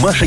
Маша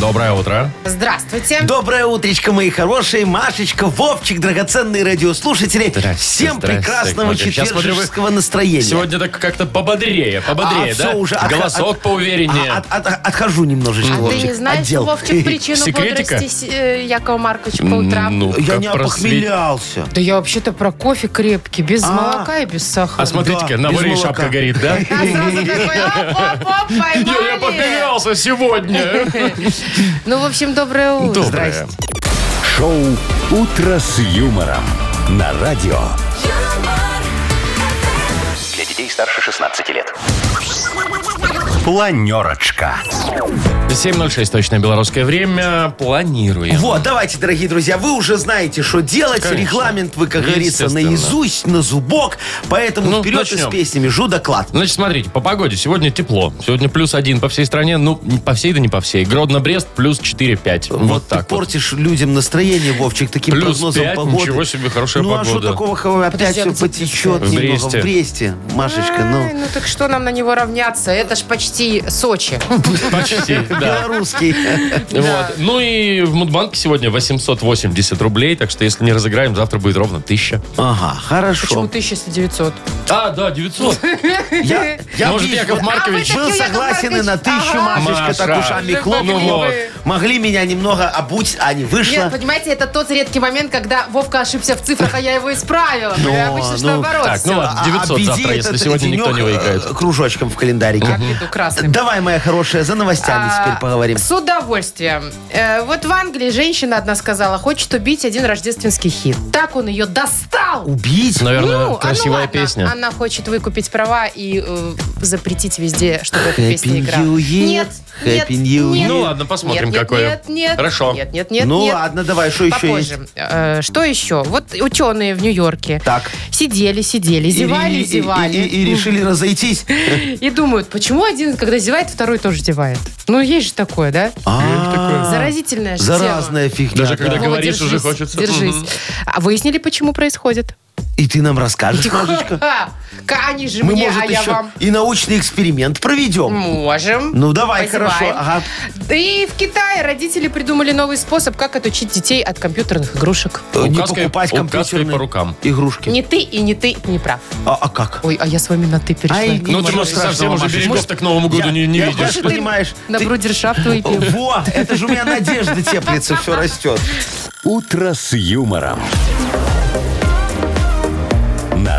Доброе утро. Здравствуйте. Доброе утречко, мои хорошие. Машечка, Вовчик, драгоценные радиослушатели. Здрасте, Всем здрасте, прекрасного Яков Маркович. Я смотрю, вы четверговского настроения. Сегодня так как-то пободрее, пободрее, А, да? всё, уже отх- Голосок от- поувереннее. а, от- от- отхожу немножечко, А ты Вовчик, не знаешь, отдел. Вовчик, причину Секретика? бодрости э, Якова Марковича по утрам? Ну, Я как не просве- опохмелялся. Да я вообще-то про кофе крепкий, без молока и без сахара. А смотрите-ка, Да, на без варе молока. шапка горит, да? А сразу такой, оп-оп-оп, Я, я поймали. потерялся сегодня. Ну, в общем, доброе утро. Доброе. Шоу «Утро с юмором» на радио. Для детей старше 16 лет. Планерочка. 7.06 точное белорусское время. Планируем. Вот, давайте, дорогие друзья, вы уже знаете, что делать. Конечно. Регламент вы, как говорится, Естественно. наизусть, на зубок. Поэтому Ну, вперед и начнем. с песнями. Жду доклад. Значит, смотрите, по погоде сегодня тепло. Сегодня плюс один по всей стране. Ну, не по всей, да не по всей. Гродно-Брест плюс 4-5. Вот, Вот, ты так вот. портишь людям настроение, Вовчик, таким Плюс прогнозом пять, погоды. ничего себе, хорошая ну, а погода. что такого, ха- опять Подожди, а все где потечет Бресте? В Бресте. немного. В Бресте, Машечка, Ай, ну, Ну так что нам на него равняться? Это ж почти Сочи. Почти, да. белорусский. Вот. Ну и в Мудбанке сегодня 880 рублей, так что если не разыграем, завтра будет ровно 1000. Ага, Почему хорошо. 1900? А, да, 900. Я, я Может, вижу, Яков вот Маркович? А вы был такие, Яков согласен и Маркович. на тысячу, Ага. Машечка, так Маша. ушами Ну хлопнули. вот. Могли меня немного обуть, а не вышло. Нет, понимаете, это тот редкий момент, когда Вовка ошибся в цифрах, а я его исправила. Ну, Ну, обычно, что ну, наоборот. так, ну всё. ладно. 900 обведи завтра, если этот сегодня никто не денек, э, выиграет. Кружочком в календарике. Как иду красным. Давай, моя хорошая, за новостями А, теперь поговорим. С удовольствием. Э, вот в Англии женщина одна сказала, хочет убить один рождественский хит. Так он ее достал. Убить? Наверное, Ну, а ну красивая ладно. песня. Она хочет выкупить права и э, запретить везде, чтобы эта Happy песня играла. New Year, Нет, нет, Happy New Year. нет. Ну ладно, посмотрим, нет, какое. Нет, нет, Хорошо. Нет, нет, нет, ну нет. ладно, давай, что еще есть? Попозже. Э, Что еще? Вот ученые в Нью-Йорке Так. сидели, сидели, И- зевали, и- и- зевали. и- и- и решили разойтись. И думают, почему один, когда зевает, второй тоже зевает. Ну, есть же такое, да? А, Заразительная же Заразная фигня. Даже когда тема. да. Вова, говоришь, уже держись, хочется. Держись. Мгм. А выяснили, почему происходит? И ты нам расскажешь, Машечка? Ха! Ка, Они же Мы, мне, может, а я еще вам. и научный эксперимент проведем. Можем. Ну, давай, Позеваем. хорошо. Ага. И в Китае родители придумали новый способ, как отучить детей от компьютерных игрушек. Не Указкой- покупать указкой компьютерные по рукам. игрушки. Не ты и не ты не прав. А а как? Ой, а я с вами на ты перешла. Ай, Ну, ничего ты, может, совсем страшного, уже Машечка. берегов так к Новому году не не Я- я видишь. просто понимаешь. На ты- брудершафту и пил. Во, это же у меня надежда теплится, все растет. «Утро с юмором». На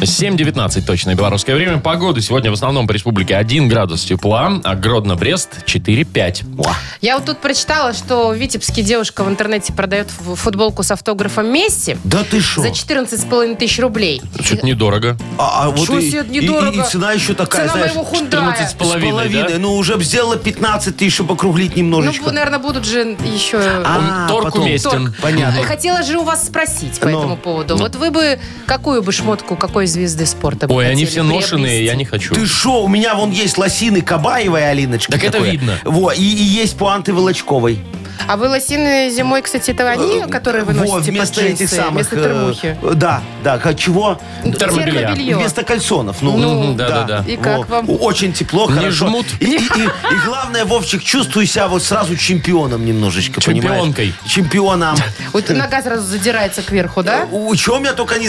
7.19 точное белорусское время. Погода сегодня в основном по республике 1 градус тепла, а Гродно-Брест 4.5. Я вот тут прочитала, что в Витебске девушка в интернете продает ф- футболку с автографом Месси Да ты шо? за 14,5 тысяч рублей. Чуть недорого. А, а вот Шо и, себе, и- и- недорого. и цена еще такая, Цена знаешь, моего с хундая. 14,5. Половиной, да? Ну, уже б сделала 15 тысяч, чтобы округлить Ну, немножечко. наверное, будут же еще... А, Торг потом. уместен. Торг. Понятно. Хотела же у вас спросить по Ну. этому поводу. Вот вы бы какую бы шмотку, какой звезды спорта бы Ой, они хотели все ношеные, приобрести? я не хочу. Ты шо, у меня вон есть лосины Кабаевой Алиночка. Так это такое. видно. Во, и, и есть пуанты Волочковой. А вы лосины зимой, кстати, это они, Ну, которые вы Э, Во, носите вместо под джинсы, этих самых... вместо э, термухи? да, да, а чего? термобелья. Термобелье. Вместо кальсонов. Ну, Ну, да-да-да. И как вам? Очень тепло, Не хорошо. жмут? И, и- и- и главное, Вовчик, чувствую себя вот сразу чемпионом немножечко, Чемпионкой. понимаешь? Чемпионом. Э, Вот нога сразу задирается кверху, да? У чем я только не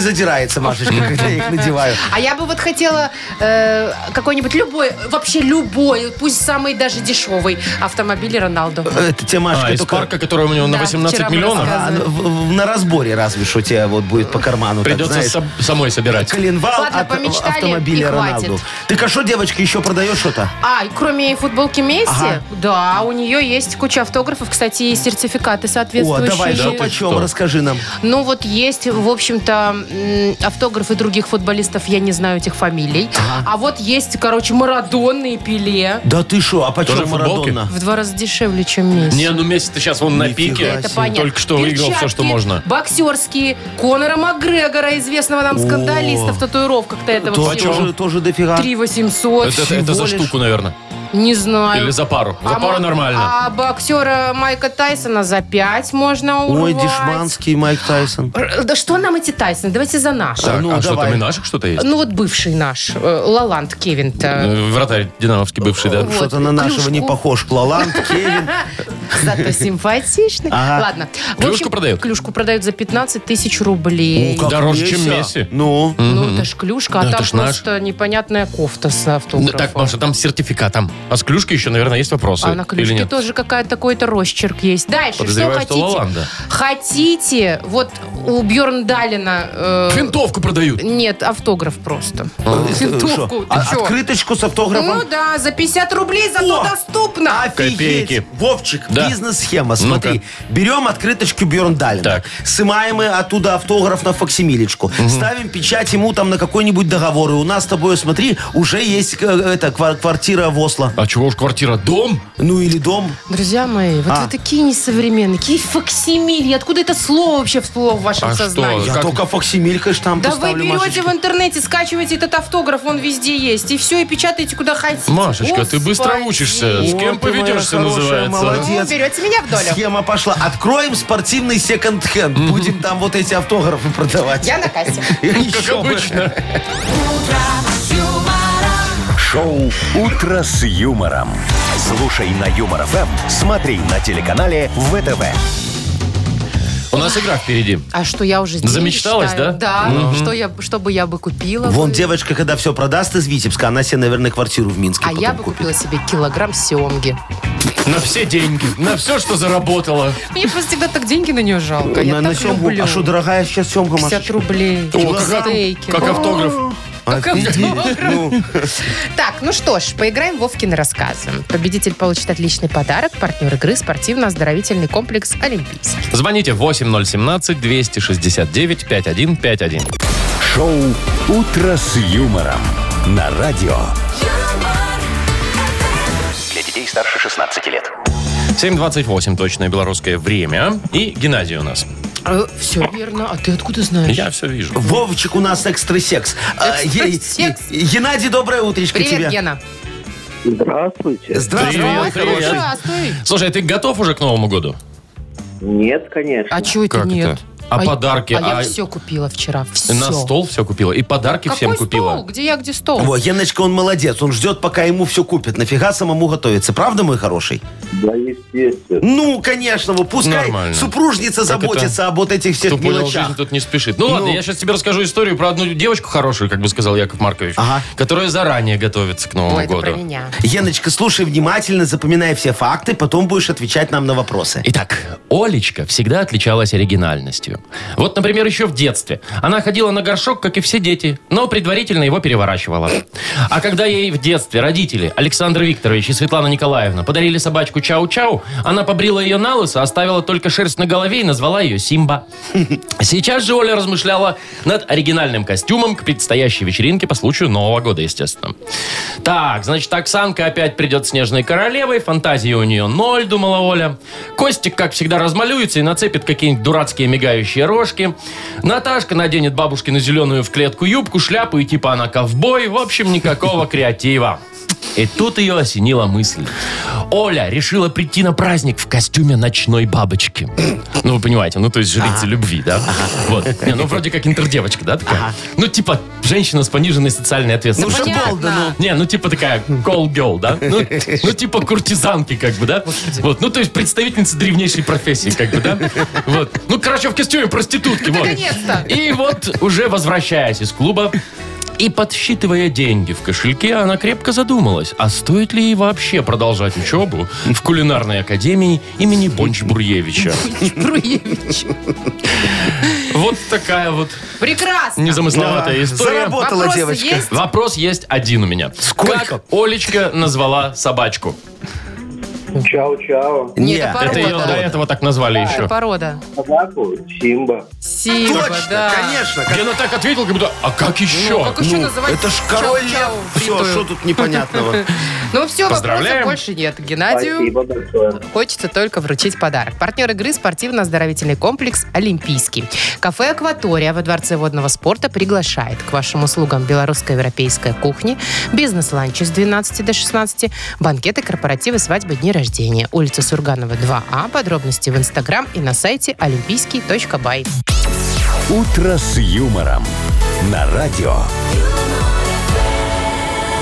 задирается, Машечка, когда я их надеваю. А я бы вот хотела э, какой-нибудь любой, вообще любой, пусть самый даже дешевый автомобиль Роналду. Это тебе, Машка, А, из только парка, который у него на Да, 18 вчера мы миллионов, рассказывали. а, в- в- на разборе разве что тебе вот будет по карману. так, придется знаешь. сам- самой собирать. Коленвал Ладно, от помечтали, автомобиля и хватит. Роналду. Ты а что, девочка, еще продаешь что-то? А, и кроме футболки Месси, Ага. да, у нее есть куча автографов, кстати, и сертификаты О, соответствующие. давай, что ты почем, что? расскажи нам. Ну вот есть, в общем-то, м, автографы других футболистов, я не знаю этих фамилий. А вот есть, короче, Марадонны и Пеле. Да ты что, а почем Тоже футболки? Марадонна? В два раза дешевле, чем Месси. Не, ну Месси Если ты сейчас вон на Нифига пике, себе. Это понятно. только что выиграл все, что Перчатки можно. боксерские, Конора Макгрегора, известного нам скандалиста в татуировках-то этого То- почем? всего. Тоже, тоже дофига. 3 800. Это, это- это за лишь. штуку, наверное. Не знаю. Или за пару. За А пару мо- нормально. А боксера Майка Тайсона за 5 можно урвать. Ой, дешманский Майк Тайсон. Р- Да что нам эти Тайсоны? Давайте за наши. Так, ну, а что давай. там и наших что-то есть? Ну вот бывший наш, э, Лаланд Кевин-то. Э, Вратарь динамовский бывший, да? Вот, Что-то на нашего клюшку. не похож. Лаланд, Кевин. Зато симпатичный. Ага. Ладно. В Клюшку общем, продают? Клюшку продают за 15 тысяч рублей. Ну, как Дороже, чем Месси. Ну, Ну, это ж клюшка, Да, а это там ж наш. просто непонятная кофта с Ну, автографом. Так, Маша, там с сертификатом. А с клюшкой еще, наверное, есть вопросы. А на Или клюшке нет? тоже какая-то какой-то росчерк есть. Дальше, что Подозреваю, что хотите? Лаланда. Хотите, вот у Бьорн Далина... э, Винтовку продают. Нет, автограф просто. шо? Винтовку, ты А- чё? открыточку с Ну автографом. да, за 50 рублей зато О! доступно. Копейки. Офигеть. Вовчик, Да. бизнес-схема, Ну-ка. смотри. Берем открыточку Бьерн Так. сымаем мы оттуда автограф на факсимилечку, ставим печать ему там на какой-нибудь договор. И у нас с тобой, смотри, уже есть э, это, ква- квартира в Осло. А чего уж квартира? Дом? Ну или дом. Друзья мои, вот А. вы такие несовременные, какие факсимили. Откуда это слово вообще всплыло в вашем А что? сознании? Я Как? только факсимилькой штамп Да вы поставлю, берете Машечка. в интернете, скачиваете этот автограф, он везде есть, и все, и печатаете куда хотите. Машечка, ты Господи. быстро учишься. С О, кем ты моя поведешься, хорошая, называется. а? молодец. Ну, берете меня в долю. Схема пошла. Откроем спортивный секонд-хенд. Будем там вот эти автографы продавать. Я на кассе. Как Еще бы. обычно. Шоу «Утро с юмором». Слушай на Юмор ФМ, смотри на телеканале ВТВ. У нас игра впереди. А что я уже здесь Замечталась, да? Да, что, я, что бы я бы купила? Вон бы? девочка, когда все продаст из Витебска, она себе, наверное, квартиру в Минске А потом я бы купит. купила себе килограмм семги. На все деньги. На все, что заработала. Мне просто всегда так деньги на нее жалко. Я На, на так семгу. люблю. А что, дорогая сейчас семга, 50 Машечка? рублей. О, как- Стейки. Как автограф. Офигеть. А, Ну, Так, ну что ж, поиграем в Вовкины рассказы. Победитель получит отличный подарок. Партнер игры спортивно-оздоровительный комплекс «Олимпийский». Звоните 8017-269-5151. Шоу «Утро с юмором» на радио. юмор, Для детей старше 16 лет. 7.28 точное белорусское время. И Геннадий у нас. все верно. А ты откуда знаешь? Я все вижу. Вовчик у нас экстрасекс. А, е- Экстрасекс. е- Геннадий, доброе утречко Привет, тебе. Гена. Здравствуйте. Здравствуй. Привет, мой привет. хороший. Здравствуй. Слушай, а ты готов уже к Новому году? Нет, конечно. А чего это Как нет? это? А подарки? А, я А- все купила вчера. Все. На стол все купила. И подарки Какой всем купила. стол? Где я, где стол? Во, Геночка, он молодец. Он ждет, пока ему все купят. Нафига самому готовится. Правда, мой хороший? Да, естественно. Ну, конечно. вот Пускай Нормально. супружница заботится об вот этих всех Кто понял, мелочах. жизнь тут не спешит. Ну, ладно, Ну. я сейчас тебе расскажу историю про одну девочку хорошую, как бы сказал Яков Маркович, Ага. которая заранее готовится к Новому Ой, это году. про меня. Геночка, слушай внимательно, запоминай все факты, потом будешь отвечать нам на вопросы. Итак, Олечка всегда отличалась оригинальностью. Вот, например, еще в детстве. Она ходила на горшок, как и все дети, но предварительно его переворачивала. А когда ей в детстве родители Александр Викторович и Светлана Николаевна подарили собачку Чау-Чау, она побрила ее на лысо, оставила только шерсть на голове и назвала ее Симба. Сейчас же Оля размышляла над оригинальным костюмом к предстоящей вечеринке по случаю Нового года, естественно. Так, значит, Оксанка опять придет снежной королевой, фантазии у нее ноль, думала Оля. Костик, как всегда, размалюется и нацепит какие-нибудь дурацкие мигающие рожки. Наташка наденет бабушкину зеленую в клетку юбку, шляпу и типа она ковбой. В общем, никакого креатива. И тут ее осенила мысль. Оля решила прийти на праздник в костюме ночной бабочки. Ну, вы понимаете, ну, то есть жрица любви, да? Вот. Не, ну, вроде как интердевочка, да, такая? Ну, типа, женщина с пониженной социальной Ну, ответственностью. что понятно. болда, ну. Не, ну типа такая call girl, да? Ну, ну, типа куртизанки, как бы, да? Вот, ну то есть представительница древнейшей профессии, как бы, да? Вот. Ну, короче, в костюме проститутки. вот. Наконец-то. И вот, уже возвращаясь из клуба, и подсчитывая деньги в кошельке, она крепко задумалась, а стоит ли ей вообще продолжать учебу в кулинарной академии имени Бонч-Бурьевича. Бруевич. Вот такая вот Прекрасно. незамысловатая история. Заработала Вопросы девочка. есть? Вопрос есть один у меня. Сколько? Как Олечка назвала собачку? Чао-чао. Нет, это Это порода. Не. ее до этого так назвали еще. Порода. Собаку Симба. красиво, Точно, да. конечно. как- Я на так ответил, как будто, а как еще? Ну, как еще называть? Это ж чау- король лев. чау Все, впитую? что тут непонятного? Ну все, вопросов Поздравляем. больше нет. Геннадию Спасибо большое. хочется только вручить подарок. Партнер игры спортивно-оздоровительный комплекс «Олимпийский». Кафе «Акватория» во Дворце водного спорта приглашает к вашим услугам белорусская европейская кухня, бизнес-ланчи с 12 до 16, банкеты, корпоративы, свадьбы, дни рождения. Улица Сурганова, 2А. Подробности в Инстаграм и на сайте олимпийский.бай. «Утро с юмором» на радио.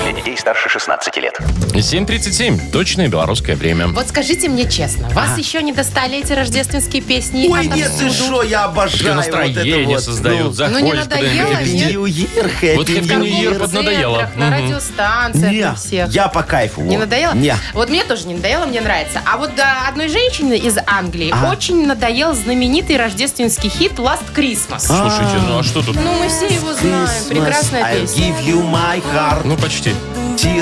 Для детей старше 16 лет. 7.37. Точное белорусское время. Вот скажите мне честно, вас еще не достали эти рождественские песни? Ой, нет, ты отовсюду? что, я Тебе обожаю вот это настроение вот. создают. Ну, Заходишь ну, не куда-нибудь. надоело, Happy нет? New Year, Happy Вот Happy В New New Year Year. торговых поднадоело. центрах, на Мгм. радиостанциях, Не, на всех. я по кайфу. Не вот. надоело? Не. Вот мне тоже не надоело, мне нравится. А вот да, одной женщине из Англии очень надоел знаменитый рождественский хит «Last Christmas». Слушайте, ну а что тут? Ну, мы все его знаем. Christmas, Прекрасная I'll песня. give you my heart, Ну, почти.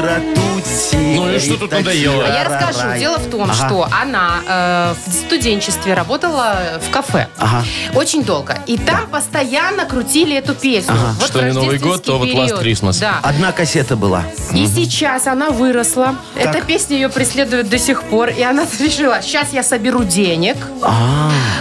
тира-тути, Ну и что тут надоело? А я расскажу. тира-рай. Дело в том, Ага. что она э, в студенчестве работала э, в кафе. Ага. Очень долго. И там постоянно крутили эту песню. Вот Что в не Новый год, то вот рождественский Last период. Christmas. Да. Одна кассета была. И сейчас она выросла. Так. Эта песня ее преследует до сих пор. И она решила, сейчас я соберу денег.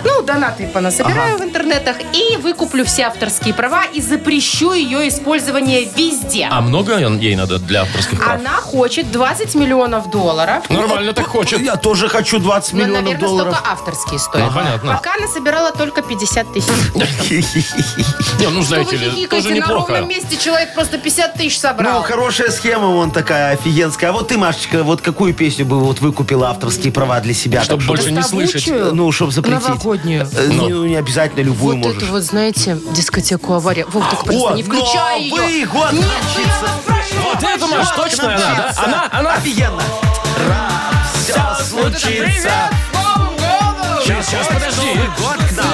Ну, донаты понасобираю в интернетах. И выкуплю все авторские права и запрещу ее использование везде. А много ей надо для авторских прав? Она хочет 20 миллионов долларов. Нормально так хочет. Я тоже хочу 20 Но, миллионов наверное, долларов. Ну, столько авторские стоят. Ну, понятно. Пока она собирала только 50 тысяч. Не, ну, Что знаете вы ли, хихикаете? тоже На неплохо. ровном месте человек просто 50 тысяч Ну, собрал. хорошая схема вон такая офигенская. А вот ты, Машечка, вот какую песню бы вот выкупила авторские права для себя? Чтобы так, больше не слышать. Доставучую, Ну, чтобы запретить. Новогоднюю. Э, Ну, не обязательно любую Вот можешь. это вот, знаете, дискотеку авария. Вов, так просто О, не включай ее. Новый год Нет, начался. ну я вас спрашиваю. Вот это, Маш, точно она, да? Начнется. Она, она Офигенно. Раз, все случится. Сейчас, сейчас, подожди. Год к нам.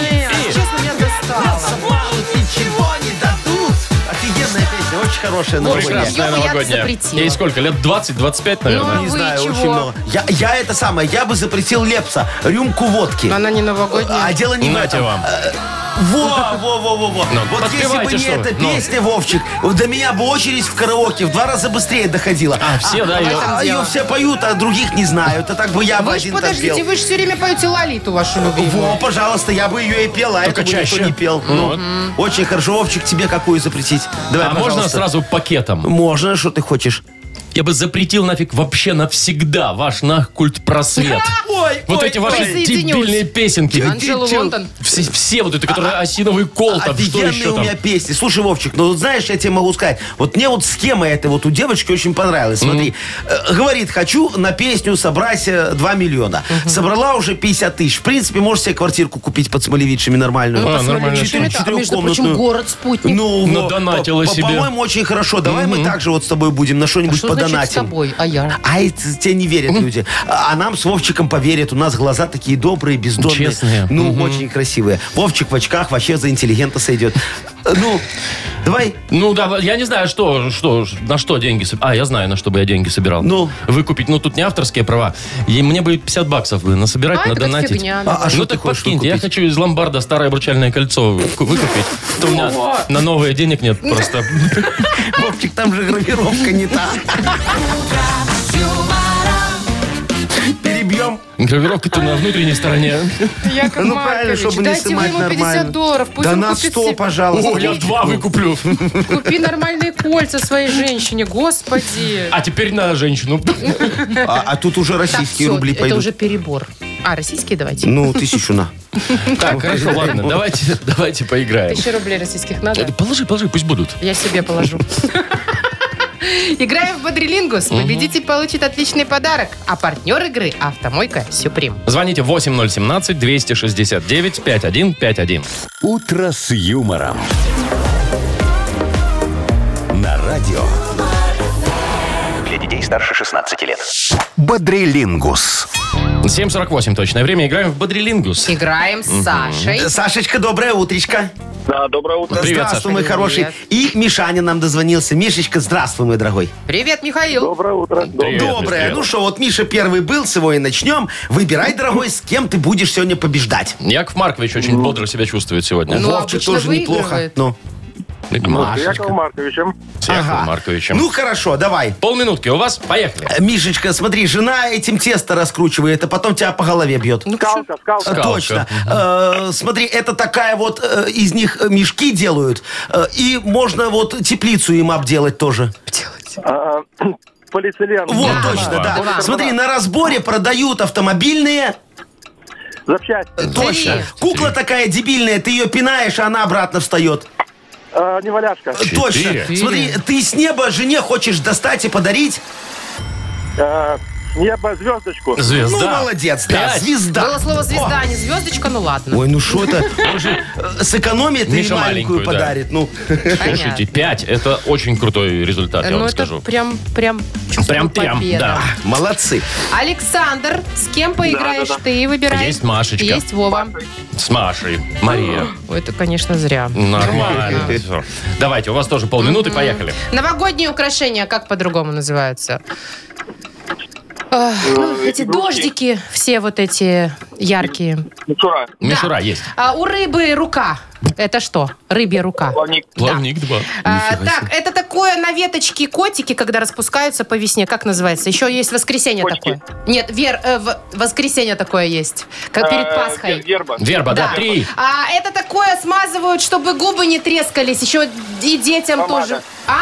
Честно, меня достало. Обману ничего не дадут. Офигенная песня, очень хорошая новогодняя. Прекрасная Его я новогодняя. запретила. Ей сколько? Лет 20-25, наверное. Ну, Не Вы знаю, чего? очень много. Я, я это самое, я бы запретил Лепса, рюмку водки. Но она не новогодняя. А дело не в Нате этом. вам. Во, во, во, во, во. Ну, вот если бы подпевайте, не что эта вы. Ну. песня, Вовчик, до меня бы очередь в караоке в два раза быстрее доходила. А, все, да, ее... этом ее дело. все поют, а других не знают. А так бы я бы Вы ж один так пел. подождите, вы же все время поете Лолиту вашу Во, любимую. пожалуйста, я бы ее и пела, а Только это никто чаще. не пел. Ну, Ну, Очень хорошо. Вовчик, тебе какую запретить? Давай, А можно пожалуйста. сразу пакетом? Можно, что ты хочешь. Я бы запретил нафиг вообще навсегда ваш нахкульт просвет. Ой, Вот ой, эти ваши ой. дебильные песенки. Анжелу чё? Лондон. А, Все, все вот эти, которые осиновый кол, там, что Офигенные еще у там. меня песни. Слушай, Вовчик, ну вот знаешь, я тебе могу сказать, вот мне вот схема эта вот у девочки очень понравилась. Смотри, э, говорит, хочу на песню собрать э, 2 миллиона. Собрала уже 50 тысяч. В принципе, можешь себе квартирку купить под Смолевичами нормальную. А, нормально. Четыре- Это, а между четырехкомнатную. прочим, город-спутник. Ну, вот, Надонатила по- по- себе. По-моему, очень хорошо. Давай мы также вот с тобой будем на что-нибудь А Что значит с подонатим. тобой? А я? А это тебе не верят люди. А а нам с Вовчиком поверят. У нас глаза такие добрые, бездонные. Честные. Ну, очень красивые. Вовчик в очках вообще за интеллигента сойдет. Э, Ну, давай. Ну да, я не знаю, что, что, на что деньги соб- А, я знаю, на что бы я деньги собирал. Ну? Выкупить. Ну, тут не авторские права. И мне бы 50 баксов бы насобирать, А, это как надонатить. фигня. А, а ну что ты так хочешь подкиньте, я выкупить? хочу из ломбарда старое обручальное кольцо выку- выкупить. Это у меня на новые денег нет просто. Вовчик, там же гравировка не та. Перебьем. Гравировка-то на внутренней стороне. Яков Ну, правильно, Маркович, чтобы не дайте вы снимать ему 50 нормально. долларов, пусть Да он на купит 100, себе- пожалуйста. О, я в два выкуплю. Купи нормальные кольца своей женщине, господи. А теперь на женщину. А, а тут уже Так, российские всё, рубли это пойдут. уже перебор. А, российские давайте. Ну, тысячу на. Так, хорошо, ладно, давайте, давайте поиграем. Тысяча рублей российских надо? Э, Положи, положи, пусть будут. Я себе положу. Играем в Бодрилингус. Победитель получит отличный подарок. А партнер игры – Автомойка Сюприм. Звоните 8017-269-5151. «Утро с юмором». На радио Для детей старше 16 лет. «Бодрилингус». 7.48 точное время. Играем в Бодрилингус. Играем с Сашей. Сашечка, доброе утречко. Да, доброе утро. Привет, здравствуй, Саш. мой хороший. Привет. И Мишаня нам дозвонился. Мишечка, здравствуй, мой дорогой. Привет, Ну, Михаил. Доброе утро. Привет, Доброе. привет. Ну что, вот Миша первый был, с его и начнем. Выбирай, дорогой, с кем ты будешь сегодня побеждать. Яков Маркович очень бодро себя чувствует сегодня. Ну, Вовчик обычно тоже неплохо. выигрывает. Ну, Машечка Марковичем. с Яковом Ага. Марковичем. ну хорошо, давай. Полминутки у вас. Поехали. Э, Мишечка, смотри, жена этим тесто раскручивает, а потом тебя по голове бьет. Ну, Скалка, скалка. Скалка. Точно. Э, смотри, это такая вот э, из них э, мешки делают, э, и можно вот теплицу им обделать тоже. А, Полиэтилен. Вот, Да. точно, да. Да. Смотри, на разборе продают автомобильные. Запчасти. Точно. Кукла такая дебильная, ты ее пинаешь, а она обратно встает. А, Неваляшка. Э, Точно. Четыре. Смотри, ты с неба жене хочешь достать и подарить. А, Небо, звездочку. Звезда. Ну, молодец, да, Пять. звезда. Было слово звезда, а не звездочка, ну ладно. Ой, ну что это? Он же э, сэкономит и Миша маленькую, маленькую да. подарит. Ну, Слушайте, пять. Это очень крутой результат, я Ну вам это скажу. прям, прям, чувствую Прям-прям, победа. да. молодцы. Александр, с кем поиграешь Да, да, да. ты? Выбирай. Есть Машечка. Есть Вова. С Машей. Мария. Ой, Это, конечно, зря. Нормально. Всё. Давайте, у вас тоже полминуты, поехали. Новогодние украшения, как по-другому называются? Эх, ну, эти дождики, все вот эти яркие. Мишура. Мишура есть. А у рыбы рука. Это что? Рыбья рука. Плавник. Плавник два. А, так, это такое на веточке котики, когда распускаются по весне. Как называется? Еще есть воскресенье Почки. такое. Нет, вер, э, в- воскресенье такое есть. Как перед А, Пасхой. Верба. Верба, да, три. А это такое смазывают, чтобы губы не трескались. Еще и детям Помада. тоже. А?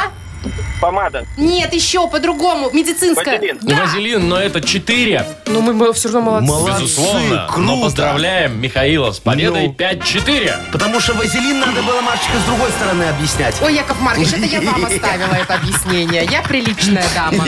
Помада. Нет, еще по-другому. Медицинская. Вазелин. Да. Вазелин, но это четыре. Ну, мы, мы все равно молодцы. Молодцы, Безусловно. Но круто. поздравляем Михаила с победой Ну. 5-4. Потому что вазелин надо было, Машечка, с другой стороны объяснять. Ой, Яков Маркович, это я вам оставила это объяснение. Я приличная дама.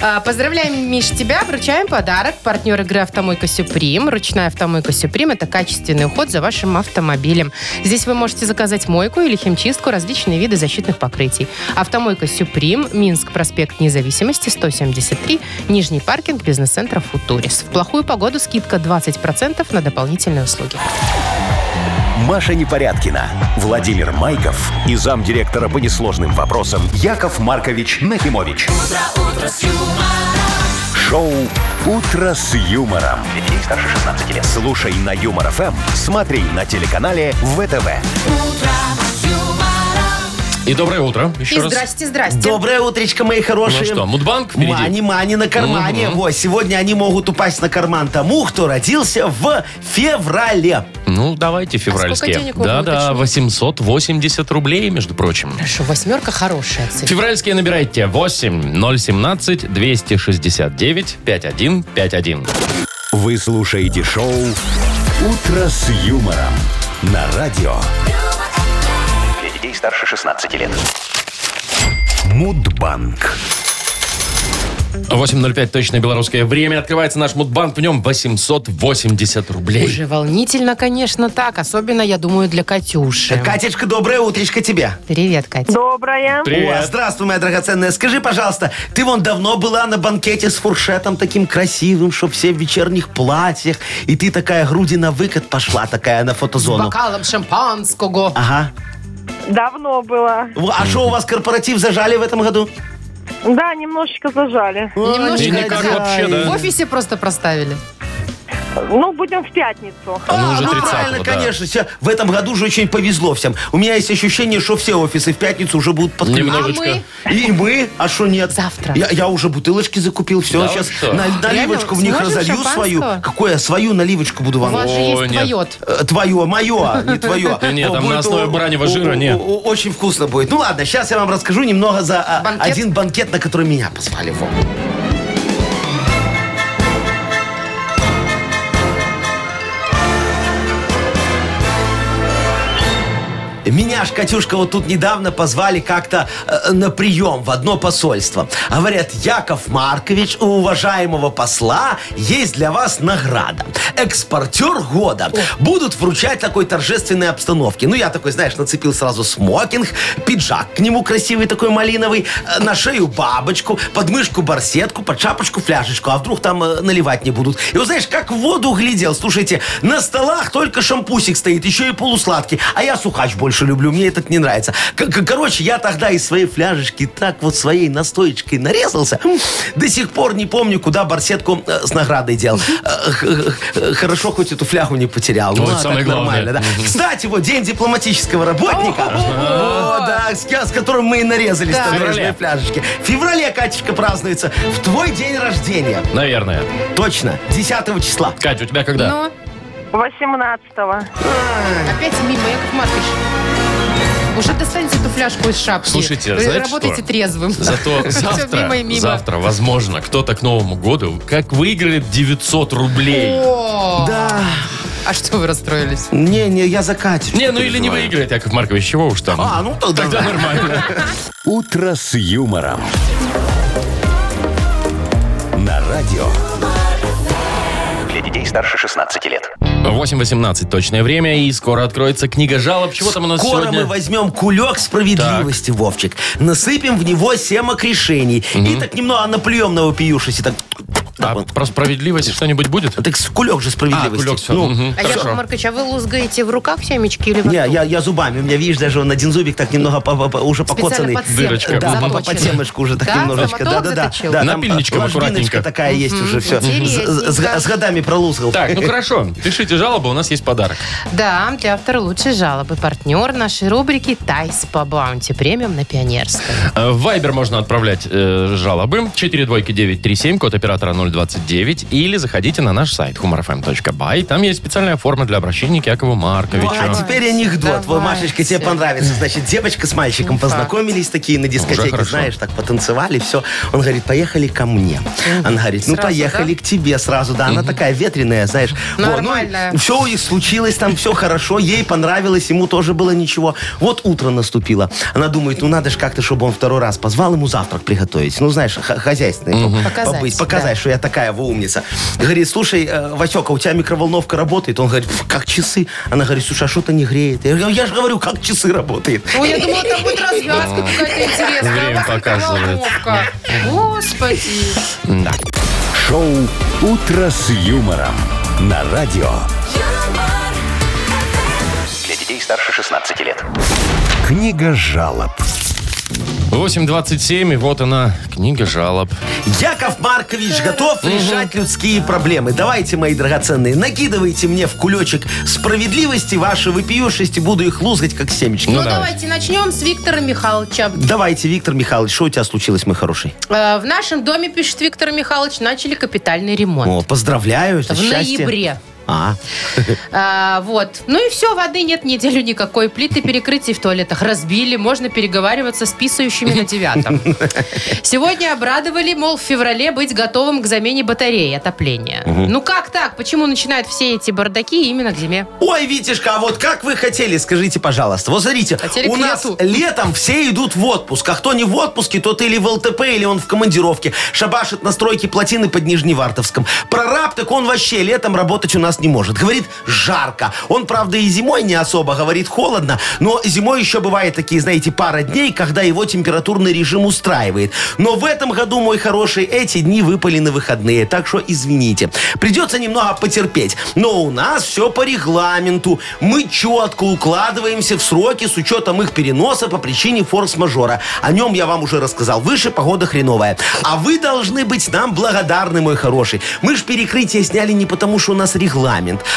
А, Поздравляем, Миш, тебя. Вручаем подарок. Партнер игры «Автомойка Сюприм». Ручная «Автомойка Сюприм» — это качественный уход за вашим автомобилем. Здесь вы можете заказать мойку или химчистку, различные виды защитных покрытий. «Автомойка Сюприм», Минск, проспект Независимости, 173, Нижний паркинг, бизнес-центр «Футурис». В плохую погоду скидка 20% на дополнительные услуги. Маша Непорядкина, Владимир Майков и замдиректора по несложным вопросам Яков Маркович Нахимович. Шоу Утро с юмором. Детей старше 16 лет. Слушай на юмор ФМ, смотри на телеканале ВТВ. И доброе утро. Еще И раз. здрасте, здрасте. Доброе утречко, мои хорошие. Ну что, Мудбанк впереди? Мани, мани на кармане. Мгм. Во, сегодня они могут упасть на карман тому, кто родился в феврале. Ну, давайте февральские. денег у да, кого да, уточнить? 880 рублей, между прочим. Хорошо, восьмерка хорошая цифра. Февральские набирайте 8 017 269 5151. Вы слушаете шоу Утро с юмором на радио Для детей старше 16 лет. Мудбанк. 8.05 точное белорусское время. Открывается наш мудбанк. В нем 880 рублей. Уже волнительно, конечно, так. Особенно, я думаю, для Катюши. Эм. Катечка, доброе утречко тебе. Привет, Катя. Доброе. О, здравствуй, моя драгоценная. Скажи, пожалуйста, ты вон давно была на банкете с фуршетом таким красивым, чтоб все в вечерних платьях, и ты такая груди на выкат пошла, такая на С фотозону. бокалом шампанского. Ага. Давно было. Во, А что у вас корпоратив зажали в этом году? Да, немножечко зажали. Немножечко И никак это- вообще, В да. офисе просто проставили. Ну, будем в пятницу. Ну, уже ну 30 правильно, да. конечно. Все. В этом году же очень повезло всем. У меня есть ощущение, что все офисы в пятницу уже будут подключены. Немножечко. А мы? И мы, а что нет? Завтра. Я, я уже бутылочки закупил, все, Да вы сейчас что? на- Реально, наливочку в них сможешь разолью шампанского? свою. Какое? Свою наливочку буду У вам. вас же О, есть нет. твоет. Э, Твое, мое, не твое. Да нет, О, там будет на основе о- бараньего о- жира, о- нет. о- Очень вкусно будет. Ну ладно, сейчас я вам расскажу немного за а, Банкет? один банкет, на который меня позвали. Во. Меня ж, Катюшка, вот тут недавно позвали как-то э, на прием в одно посольство. А Говорят, Яков Маркович, у уважаемого посла есть для вас награда. Экспортер года. Будут вручать такой торжественной обстановке. Ну, я такой, знаешь, нацепил сразу смокинг, пиджак к нему красивый такой малиновый, э, на шею бабочку, под мышку барсетку, под шапочку фляжечку. А вдруг там э, наливать не будут? И вот знаешь, как в воду глядел. Слушайте, на столах только шампусик стоит, еще и полусладкий. А я сухач больше больше люблю, мне этот не нравится. К- к- Короче, я тогда из своей фляжечки так вот своей настоечкой нарезался. До сих пор не помню, куда барсетку э, с наградой делал. Э, х- х- Хорошо, хоть эту флягу не потерял. Вот а так Ну, самое главное. нормально, да. Кстати, вот день дипломатического работника. Вот, да, с ки- с которым мы и нарезались Да. на В феврале. нарезанной фляжечке. В феврале, Катечка, празднуется. В твой день рождения. Наверное. Точно, 10 числа. Кать, у тебя когда? Ну, 18-го. опять мимо, Яков Маркович. Уже достаньте эту фляжку из шапки. Слушайте, Вы знаете работаете что? трезвым. Зато Всё завтра, мимо и мимо. завтра, возможно, кто-то к Новому году как выиграет 900 рублей. О, Да. а что вы расстроились? Не, не, я за Катечку Не, ну или не переживаю. выиграет, Яков Маркович, чего уж там. А, ну тогда. Тогда нормально. «Утро с юмором». На радио. Для детей старше 16 лет. 8.18 точное время, и скоро откроется книга жалоб. Чего там у нас Скоро сегодня? мы возьмем кулек справедливости, Вовчик. Насыпем в него семок решений. И так немного наплюем на вопиюшись. И так... А А про справедливость что-нибудь будет? Так с- кулек же А, справедливости. кулек всё, Ну, мгм. А Яков Маркович, а вы лузгаете в руках семечки или во Не, рту? я, я зубами. У меня, видишь, даже он один зубик так немного по- по- уже Специально покоцанный. под сем- Дырочка. Да, заточен. по, по темочку уже так Да? немножечко. Да, Стоматолог да, да. заточил? да там, Напильничком э, ложбиночка аккуратненько. такая есть уже, все. интересненько. С, с- с годами пролузгал. Так, ну хорошо, пишите жалобы, у нас есть подарок. Да, для автора лучшей жалобы. Партнер нашей рубрики «Тайс по баунти» премиум на Пионерской. Э, В Viber можно отправлять э, жалобы 42937, код оператора 029, или заходите на наш сайт humorfm.by. Там есть специальная форма для обращения к Якову Марковичу. Вот, а теперь анекдот. Вот, Давайте. Машечка, тебе понравится. Значит, девочка с мальчиком познакомились такие на дискотеке, хорошо. знаешь, так потанцевали, все. Он говорит, поехали ко мне. Она говорит, ну Сразу, поехали к тебе сразу, да. Она такая ветреная, знаешь. Нормальная. все у них случилось, там все хорошо, ей понравилось, ему тоже было ничего. Вот утро наступило. Она думает, ну надо же как-то, чтобы он второй раз позвал ему завтрак приготовить. Ну, знаешь, х- хозяйственный. ну, Показать, побыть, да. Показать, что я такая во умница. Говорит, слушай, э, Васек, а у тебя микроволновка работает? Он говорит, «Ф, как часы. Она говорит, слушай, а что-то не греет. Я говорю, я же говорю, как часы работает. Ой, я думала, там будет развязка какая-то интересная. Время а у вас такая показывает. головка. Господи. Шоу «Утро с юмором». На радио. юмор, Для детей старше 16 лет. Книга жалоб. 8.27, и вот она, книга жалоб. Яков Маркович готов решать людские проблемы. Давайте, мои драгоценные, накидывайте мне в кулечек справедливости ваши выпиюшести, буду их лузгать, как семечки. Ну, давай. давайте начнем с Виктора Михайловича. Давайте, Виктор Михайлович, что у тебя случилось, мой хороший? Э, В нашем доме, пишет Виктор Михайлович, начали капитальный ремонт. О, поздравляю, это в счастье. ноябре. А, А, вот. Ну и все, воды нет неделю никакой. Плиты перекрытий в туалетах разбили. Можно переговариваться с писающими на девятом. Сегодня обрадовали, мол, в феврале быть готовым к замене батареи отопления. Ну как так? Почему начинают все эти бардаки именно к зиме? Ой, Витюшка, а вот как вы хотели, скажите, пожалуйста. Вот смотрите, Хотели у к нас лету. летом все идут в отпуск. А кто не в отпуске, тот или в ЛТП, или он в командировке. Шабашит на стройке плотины под Нижневартовском. Прораб, так он вообще летом работать у нас не может. Говорит, жарко. Он, правда, и зимой не особо говорит, холодно. Но зимой еще бывает такие, знаете, пара дней, когда его температурный режим устраивает. Но в этом году, мой хороший, эти дни выпали на выходные. Так что извините. Придется немного потерпеть. Но у нас все по регламенту. Мы четко укладываемся в сроки с учетом их переноса по причине форс-мажора. О нем я вам уже рассказал. Выше погода хреновая. А вы должны быть нам благодарны, мой хороший. Мы ж перекрытие сняли не потому, что у нас регламент,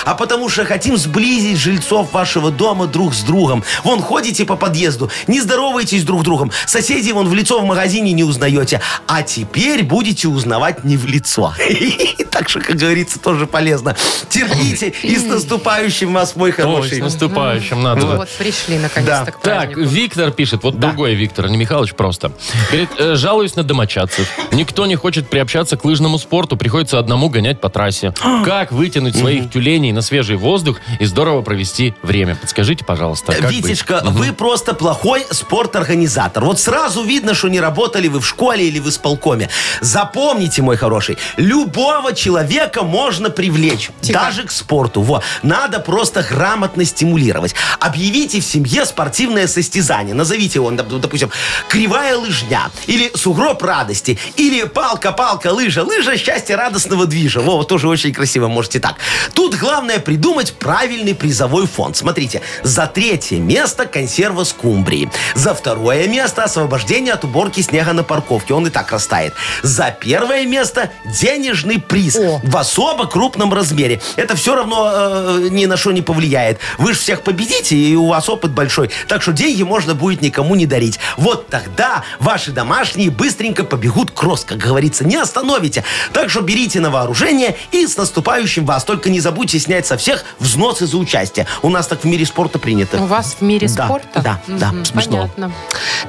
а потому что хотим сблизить жильцов вашего дома друг с другом. Вон ходите по подъезду, не здороваетесь друг с другом. Соседей вон в лицо в магазине не узнаете. А теперь будете узнавать не в лицо. Так что, как говорится, тоже полезно. Терпите и с наступающим вас, мой Ой, с хороший. наступающим надо. Вот, пришли наконец-то Ну Да. э, к Так, празднику. Виктор пишет, вот другой Виктор, а не Михалыч просто. Говорит, «Э, жалуюсь на домочадцев. Никто не хочет приобщаться к лыжному спорту, приходится одному гонять по трассе. Как вытянуть своих тюленей на свежий воздух и здорово провести время? Подскажите, пожалуйста, как быть? Витечка, вы просто плохой спорторганизатор. Вот сразу видно, что не работали вы в школе или в исполкоме. Запомните, мой хороший, любого человека можно привлечь, даже к спорту. Во. Надо просто грамотно стимулировать. Объявите в семье спортивное состязание. Назовите его, доп- допустим, кривая лыжня, или сугроб радости, или палка-палка, лыжа, лыжа счастья радостного движа. Во, вот тоже очень красиво, можете так. Тут главное придумать правильный призовой фонд. Смотрите, за третье место консерва скумбрии. За второе место освобождение от уборки снега на парковке. Он и так растает. За первое место денежный приз О. в особо крупном размере. Это все равно э, ни на что не повлияет. Вы же всех победите, и у вас опыт большой. Так что деньги можно будет никому не дарить. Вот тогда ваши домашние быстренько побегут кросс, как говорится. Не остановите. Так что берите на вооружение и с наступающим вас. Только не забудьте снять со всех взносы за участие. У нас так в мире спорта принято. У вас в мире Да, спорта? да, да, Мгм, смешно. Понятно.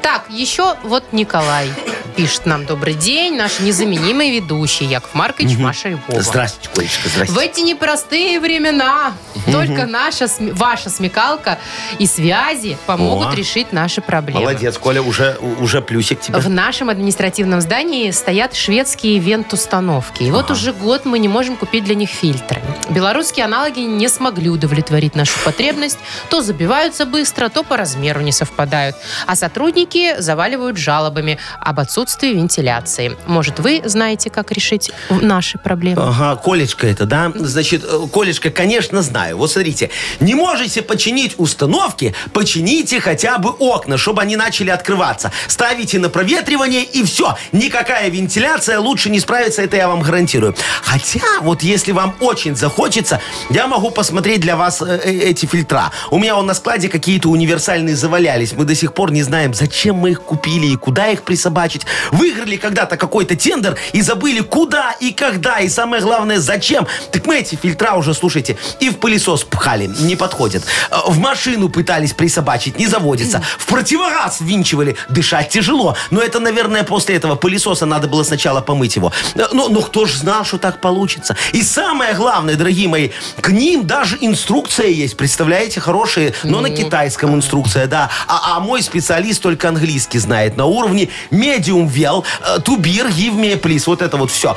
Так, еще вот Николай пишет нам. Добрый день, наш незаменимый ведущий Яков Маркович, Маша и Вова. Здрасте, Колечка, здрасте. В эти непростые времена только наша, сме- ваша смекалка и связи помогут О. решить наши проблемы. Молодец, Коля, уже, уже плюсик тебе. В нашем административном здании стоят шведские вент-установки. И вот уже год мы не можем купить для них фильтры. Белорусские аналоги не смогли удовлетворить нашу потребность. То забиваются быстро, то по размеру не совпадают. А сотрудники заваливают жалобами об отсутствии вентиляции. Может, вы знаете, как решить наши проблемы? Ага, Колечка это, да? Значит, э, Колечка, конечно, знаю. Вот смотрите, не можете починить установки, почините хотя бы окна, чтобы они начали открываться. Ставите на проветривание и все. Никакая вентиляция лучше не справится, это я вам гарантирую. Хотя, вот если вам очень захочется, я могу посмотреть для вас э, э, эти фильтра. У меня он на складе какие-то универсальные завалялись. Мы до сих пор не знаем, зачем мы их купили и куда их присобачить. Выиграли когда-то какой-то тендер и забыли, куда и когда, и самое главное, зачем. Так мы эти фильтра уже, слушайте, и в пылесос пхали, не подходит. Э, В машину пытались присобачить, не заводится. В противогаз ввинчивали, дышать тяжело. Но это, наверное, после этого пылесоса надо было сначала помыть его. Э, Ну, ну кто же знал, что так получится? И самое главное, дорогие мои, к ним даже инструкция есть, представляете, хорошие, но на китайском инструкция, да. А, а мой специалист только английский знает. На уровне medium well, э, to beer, give me a please. Вот это вот все.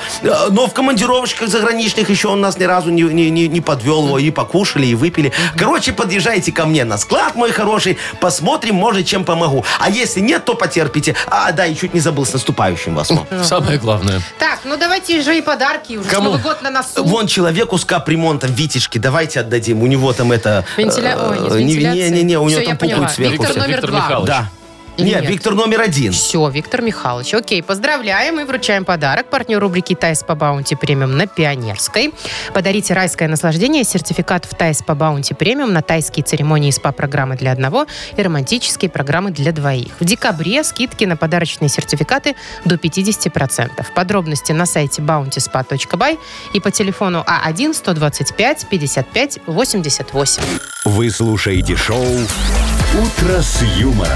Но в командировочках заграничных еще он нас ни разу не, не- не- не подвел. Его И покушали, и выпили. Короче, подъезжайте ко мне на склад, мой хороший. Посмотрим, может, чем помогу. А если нет, то потерпите. А, да, и чуть не забыл с наступающим вас. Вон. Самое главное. Так, ну давайте же и подарки. Уже Кому? Новый год на носу. Вон человеку с капремонтом, Витишки, давайте отдадим. У него там это... Вентиля... Ой, нет, э, не- не, не, не, у Все, него я там поняла. пукнуть сверху. Виктор Всё, номер Виктор два. Михайлович. Да. Или Нет, нет? Виктор номер один. Все, Виктор Михайлович. Окей, поздравляем и вручаем подарок партнер рубрики «Тайс по баунти премиум» на Пионерской. Подарите райское наслаждение, сертификат в «Тайс по баунти премиум» на тайские церемонии и СПА-программы для одного и романтические программы для двоих. В декабре скидки на подарочные сертификаты до 50%. Подробности на сайте bountyspa.by и по телефону А А1-125-55-88. Вы слушаете шоу «Утро с юмором»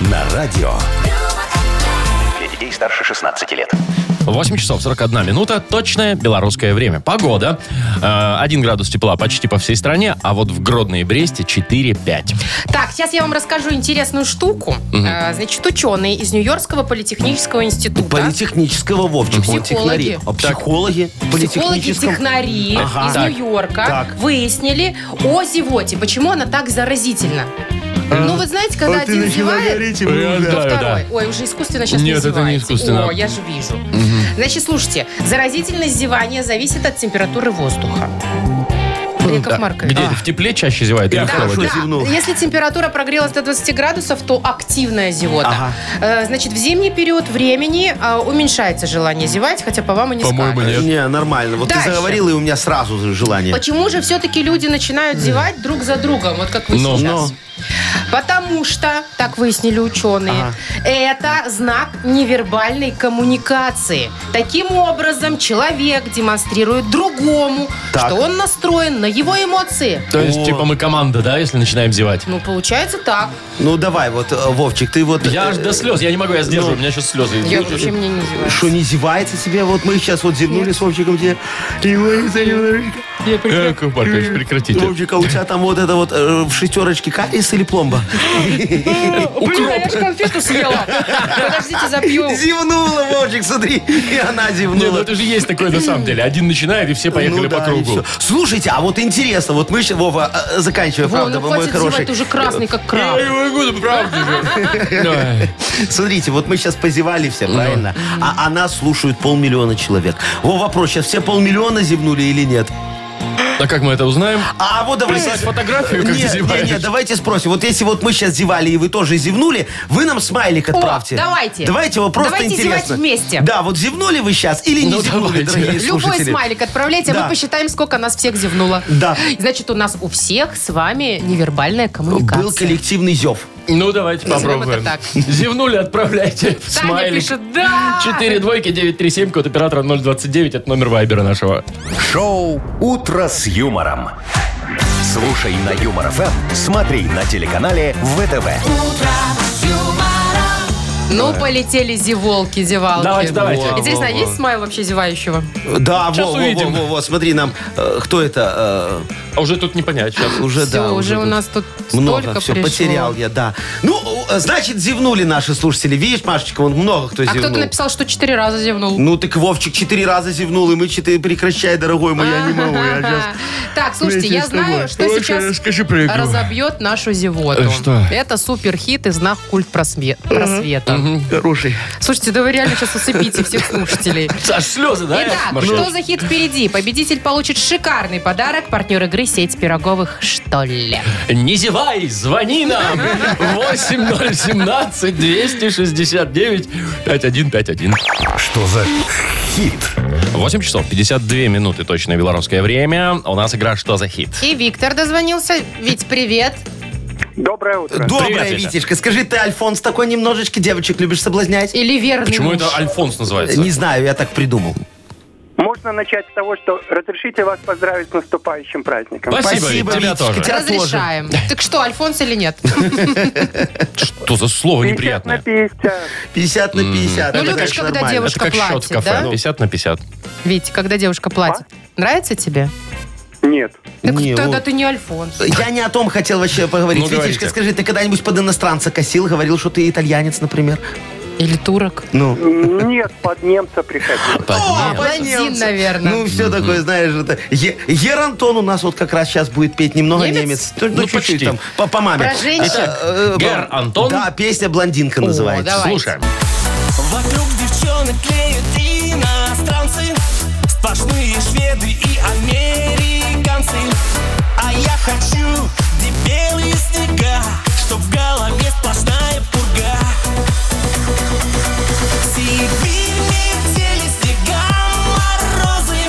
на радио. Для детей старше 16 лет. 8 часов 41 минута. Точное белорусское время. Погода. 1 градус тепла почти по всей стране, а вот в Гродно и Бресте 4-5. Так, сейчас я вам расскажу интересную штуку. Э, Значит, ученые из Нью-Йоркского политехнического института. Политехнического Вовчик. вон, Психологи. технари. А психологи Психологи, политехническом- технари Ага. из Так. Нью-Йорка Так. выяснили о зевоте. Почему она так заразительна? Э, Ну, вы знаете, когда один зевает, то Да, да. второй. Ой, уже искусственно сейчас Нет, не это не зеваете. искусственно. О, я же вижу. Значит, слушайте, заразительность зевания зависит от температуры воздуха. Ну Яков Маркович. Где это в тепле чаще зевает или в Да, холоде? да. зевнул. А, Если температура прогрелась до 20 градусов, то активная зевота. Ага. Э, Значит, в зимний период времени э, уменьшается желание зевать, хотя по вам и не По-моему, скажешь. нет. Не, нормально. Вот Дальше. ты заговорила, и у меня сразу желание. Почему же все-таки люди начинают зевать друг за другом, вот как вы Но. сейчас? Потому что, так выяснили ученые, это знак невербальной коммуникации. Таким образом, человек демонстрирует другому, Так. что он настроен на его эмоции. То есть, О. типа, мы команда, да, если начинаем зевать? Ну, получается так. Ну давай, вот, э, Вовчик, ты вот... Я аж э, до слез, я не могу, я сдерживаю, у меня сейчас слезы Я Ну, идут. вообще мне не зеваю. Что, не зевается тебе? Вот мы сейчас вот зевнули с Вовчиком тебе. И мы зевнули. Яков Маркович, Э, прекратите. Вовчик, а у тебя там вот это вот э, в шестерочке кариес или пломба? Блин, а я же конфету съела. Подождите, запью. Зевнула, Вовчик, смотри. И она Не, ну зевнула. это же есть такое на самом деле. Один начинает, и все поехали Ну по да, и кругу. всё. Слушайте, а вот интересно, вот мы сейчас, Вова, э, заканчивая, Вон, правда, ну вы мой хватит хороший. зевать, ты уже красный, как краб. Я не могу, правда же. Да. Смотрите, вот мы сейчас позевали все, Ну. правильно? А, а нас слушают полмиллиона человек. Во вопрос, сейчас все полмиллиона зевнули или нет? А как мы это узнаем? А вот давай... Прислать фотографию, как ты нет, зеваешь? нет, нет, давайте спросим. Вот если вот мы сейчас зевали, и вы тоже зевнули, вы нам смайлик отправьте. давайте. Давайте вот просто Давайте зевать интересно. вместе. Да, вот зевнули вы сейчас или не Ну, зевнули, давайте. дорогие Любой слушатели? смайлик отправляйте, а мы Да. посчитаем, сколько нас всех зевнуло. Да. Значит, у нас у всех с вами невербальная коммуникация. Был коллективный зев. Ну, давайте Назовем попробуем. это так. Зевнули, отправляйте в Таня смайлик. пишет, да! 4 двойки 937, код оператора 029, это номер вайбера нашего. Шоу «Утро с юмором». Слушай на Юмор ФМ, смотри на телеканале ВТВ. Ну, полетели зеволки, зевалки. Давайте, давайте. Во, Интересно, а есть смайл вообще зевающего? Да, Сейчас во, во, во, увидим. во, во, смотри, нам, э, кто это, А уже тут не понять сейчас. э, уже, Все, да, уже у тут нас тут Много, столько все, пришло. потерял я, да. Ну, э, значит, зевнули наши слушатели. Видишь, Машечка, вон много кто А зевнул. кто-то написал, что четыре раза зевнул. Ну, так Вовчик четыре раза зевнул, и мы четыре... Прекращай, дорогой мой, я не могу. Я сейчас... Так, слушайте, я знаю, что сейчас разобьет нашу зевоту. Э, что? Это суперхит и знак культ просме- просвета. Хороший. Слушайте, да вы реально сейчас усыпите всех слушателей. Аж слезы, да? Итак, Машка? что за хит впереди? Победитель получит шикарный подарок. Партнер игры сеть пироговых «Что ли?». Не зевай, звони нам. 8017 269 5151. Что за хит? 8 часов 52 минуты точное белорусское время. У нас игра «Что за хит?». И Виктор дозвонился. Ведь привет. Доброе утро. Доброе, Привет, Витя. Витечка. Скажи, ты, Альфонс, такой немножечко девочек любишь соблазнять? Или верный Почему муж. это Альфонс называется? Не знаю, я так придумал. Можно начать с того, что разрешите вас поздравить с наступающим праздником. Спасибо, Спасибо, Витя, тебя Витечка, тоже. тебя тоже. Разрешаем. Так что, Альфонс или нет? Что за слово 50 на неприятное? 50. 50 на 50. Ну, это, любишь, конечно, когда нормально. Это девушка как счет в платит, кафе. да? 50 на 50. Ведь, когда девушка платит. А? Нравится тебе? Нет. Так Не, тогда вот- ты не Альфонс. Я не о том хотел вообще поговорить. Ну, Витечка, говорите. скажи, ты когда-нибудь под иностранца косил, говорил, что ты итальянец, например? Или турок. Ну. Нет, под немца приходил. О, Блондин, немцы. наверное. Ну, все такое, знаешь, это... Е- Ерантон у нас вот как раз сейчас будет петь немного Немец? немец. Ну, Ну, чуть-чуть почти. там, по, по маме. Про женщин. Это, э, Гер бл- Антон. Да, песня «Блондинка» называется. давай. Слушаем. Вокруг девчонок клеют иностранцы Сплошные шведы и американцы А я хочу, где белые снега Чтоб в голове сплошная пурга Сибирь, метели, снега, морозы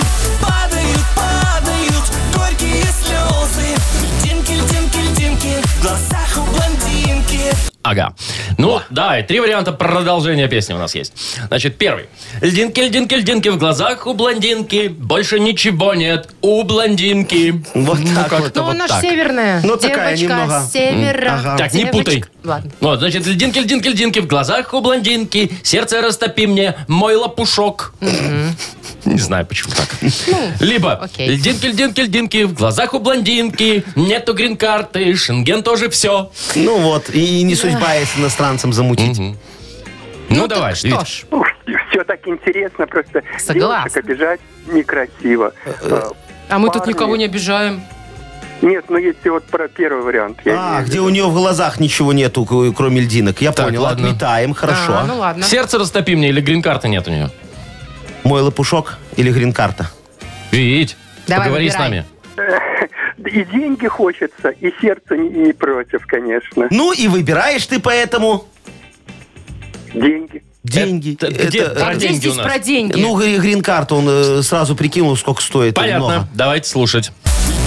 Падают, падают горькие слезы Льдинки, льдинки, льдинки В глазах у блондинки Ага. Ну, давай, три варианта продолжения песни у нас есть. Значит, первый. Льдинки, льдинки, льдинки в глазах у блондинки. Больше ничего нет у блондинки. Вот так как-то вот. Ну, она ж северная. Ну, такая Девочка немного. с севера. Ага. Так, не Девочка- путай. Ну, Ладно. Вот, значит, льдинки, льдинки, льдинки в глазах у блондинки. Сердце растопи мне, мой лопушок. Не знаю, почему так. Либо Ну, окей. льдинки, льдинки, льдинки в глазах у блондинки. Нету грин-карты, Шенген тоже все. Ну вот, и не судьба, если иностранцам замутить. Ну, так давай, что Вить. ж. Все так интересно, просто Согласна. девушек обижать некрасиво. Э, А мы тут Парни. никого не обижаем. Нет, ну если вот про первый вариант. я А, не- где у нее в глазах ничего нету, к- кроме льдинок. Я Так, понял, ладно. отметаем, хорошо. А, ну ладно. Сердце растопи мне или грин-карты нет у нее? Мой лопушок или грин-карта? Вить, Давай, поговори с выбирай. нами. Да И деньги хочется, и сердце не, не против, конечно. Ну и выбираешь ты поэтому Деньги. деньги. Это- где- Это, э, А про где деньги у здесь нас? про деньги? ну, гри- грин-карту он э, сразу прикинул, сколько стоит. Понятно. Много. Давайте слушать.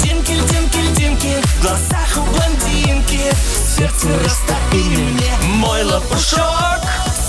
Льдинки, льдинки, льдинки В глазах у блондинки Сердце растопили мне Мой лопушок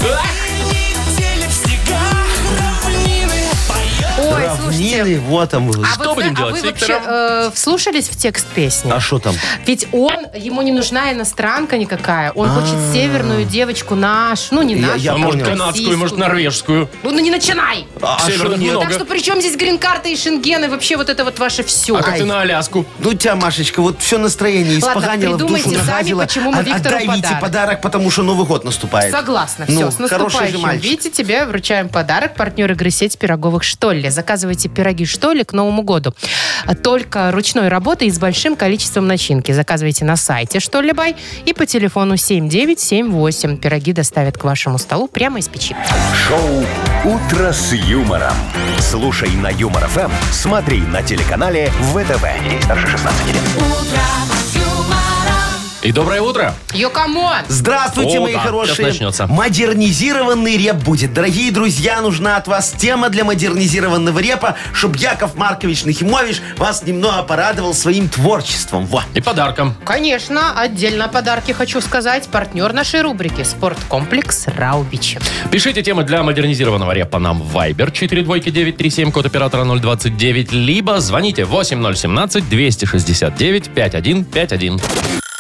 И недели в снегах Равнины Поет Ой, слушайте. Равнины, вот там. А Что вы, будем зна- а делать вы с вообще э, вслушались в текст песни? А что там? Ведь он, ему не нужна иностранка никакая. Он хочет северную девочку нашу. Ну, не А. Я- нашу. я А там, может понял. канадскую, может российскую. норвежскую. Ну, ну не начинай! А, а Северных шо нет? много. Так что при чем здесь грин-карта и шенгены? Вообще вот это вот ваше все. А как ты на Аляску? Ну тебя, Машечка, вот все настроение Ладно, испоганило, в придумайте душу сами, нагадило. почему мы От- Виктору Отдай Вите подарок. подарок, потому что Новый год наступает. Согласна. Ну, Все, с хороший же наступающим. мальчик. Вите, тебе вручаем подарок. Партнер игры сеть пироговых «Штолли». Заказывайте пироги «Штолли» к Новому году. А Только ручной работы и с большим количеством начинки. Заказывайте на сайте «Штолли Бай» и по телефону 7978. Пироги доставят к вашему столу прямо из печи. Шоу «Утро с юмором». Слушай на Юмор ФМ, смотри на телеканале ВТВ. Здесь старше 16 лет. И доброе утро. Йо, камон! Здравствуйте, О, мои да, хорошие. щас начнется. Модернизированный реп будет. Дорогие друзья, нужна от вас тема для модернизированного репа, чтобы Яков Маркович Нахимович вас немного порадовал своим творчеством. Во. И подарком. Конечно, отдельно подарки хочу сказать. Партнер нашей рубрики «Спорткомплекс Раубичи». Пишите темы для модернизированного репа нам в Viber 42937, код оператора 029, либо звоните 8017-269-5151.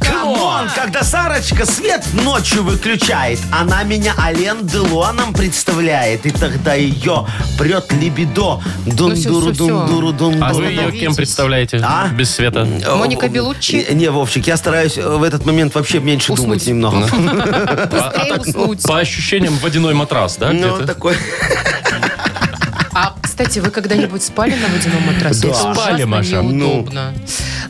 Камон! Когда Сарочка свет ночью выключает, она меня Ален Делуаном представляет. И тогда ее прет либидо. дун Ну всё, дуру всё, дун дуру дун А дун. вы ее кем Остановитесь. представляете? А? Без света. Моника Белуччи? Э, Не, Вовчик, я стараюсь э, в этот момент вообще меньше Уснуть. Ну, думать немного. А, Быстрее уснуть. По ощущениям, водяной матрас, да? Ну, где-то? такой. А, кстати, вы когда-нибудь спали на водяном матрасе? Да. Это ужасно Спали, Маша. Ну, неудобно.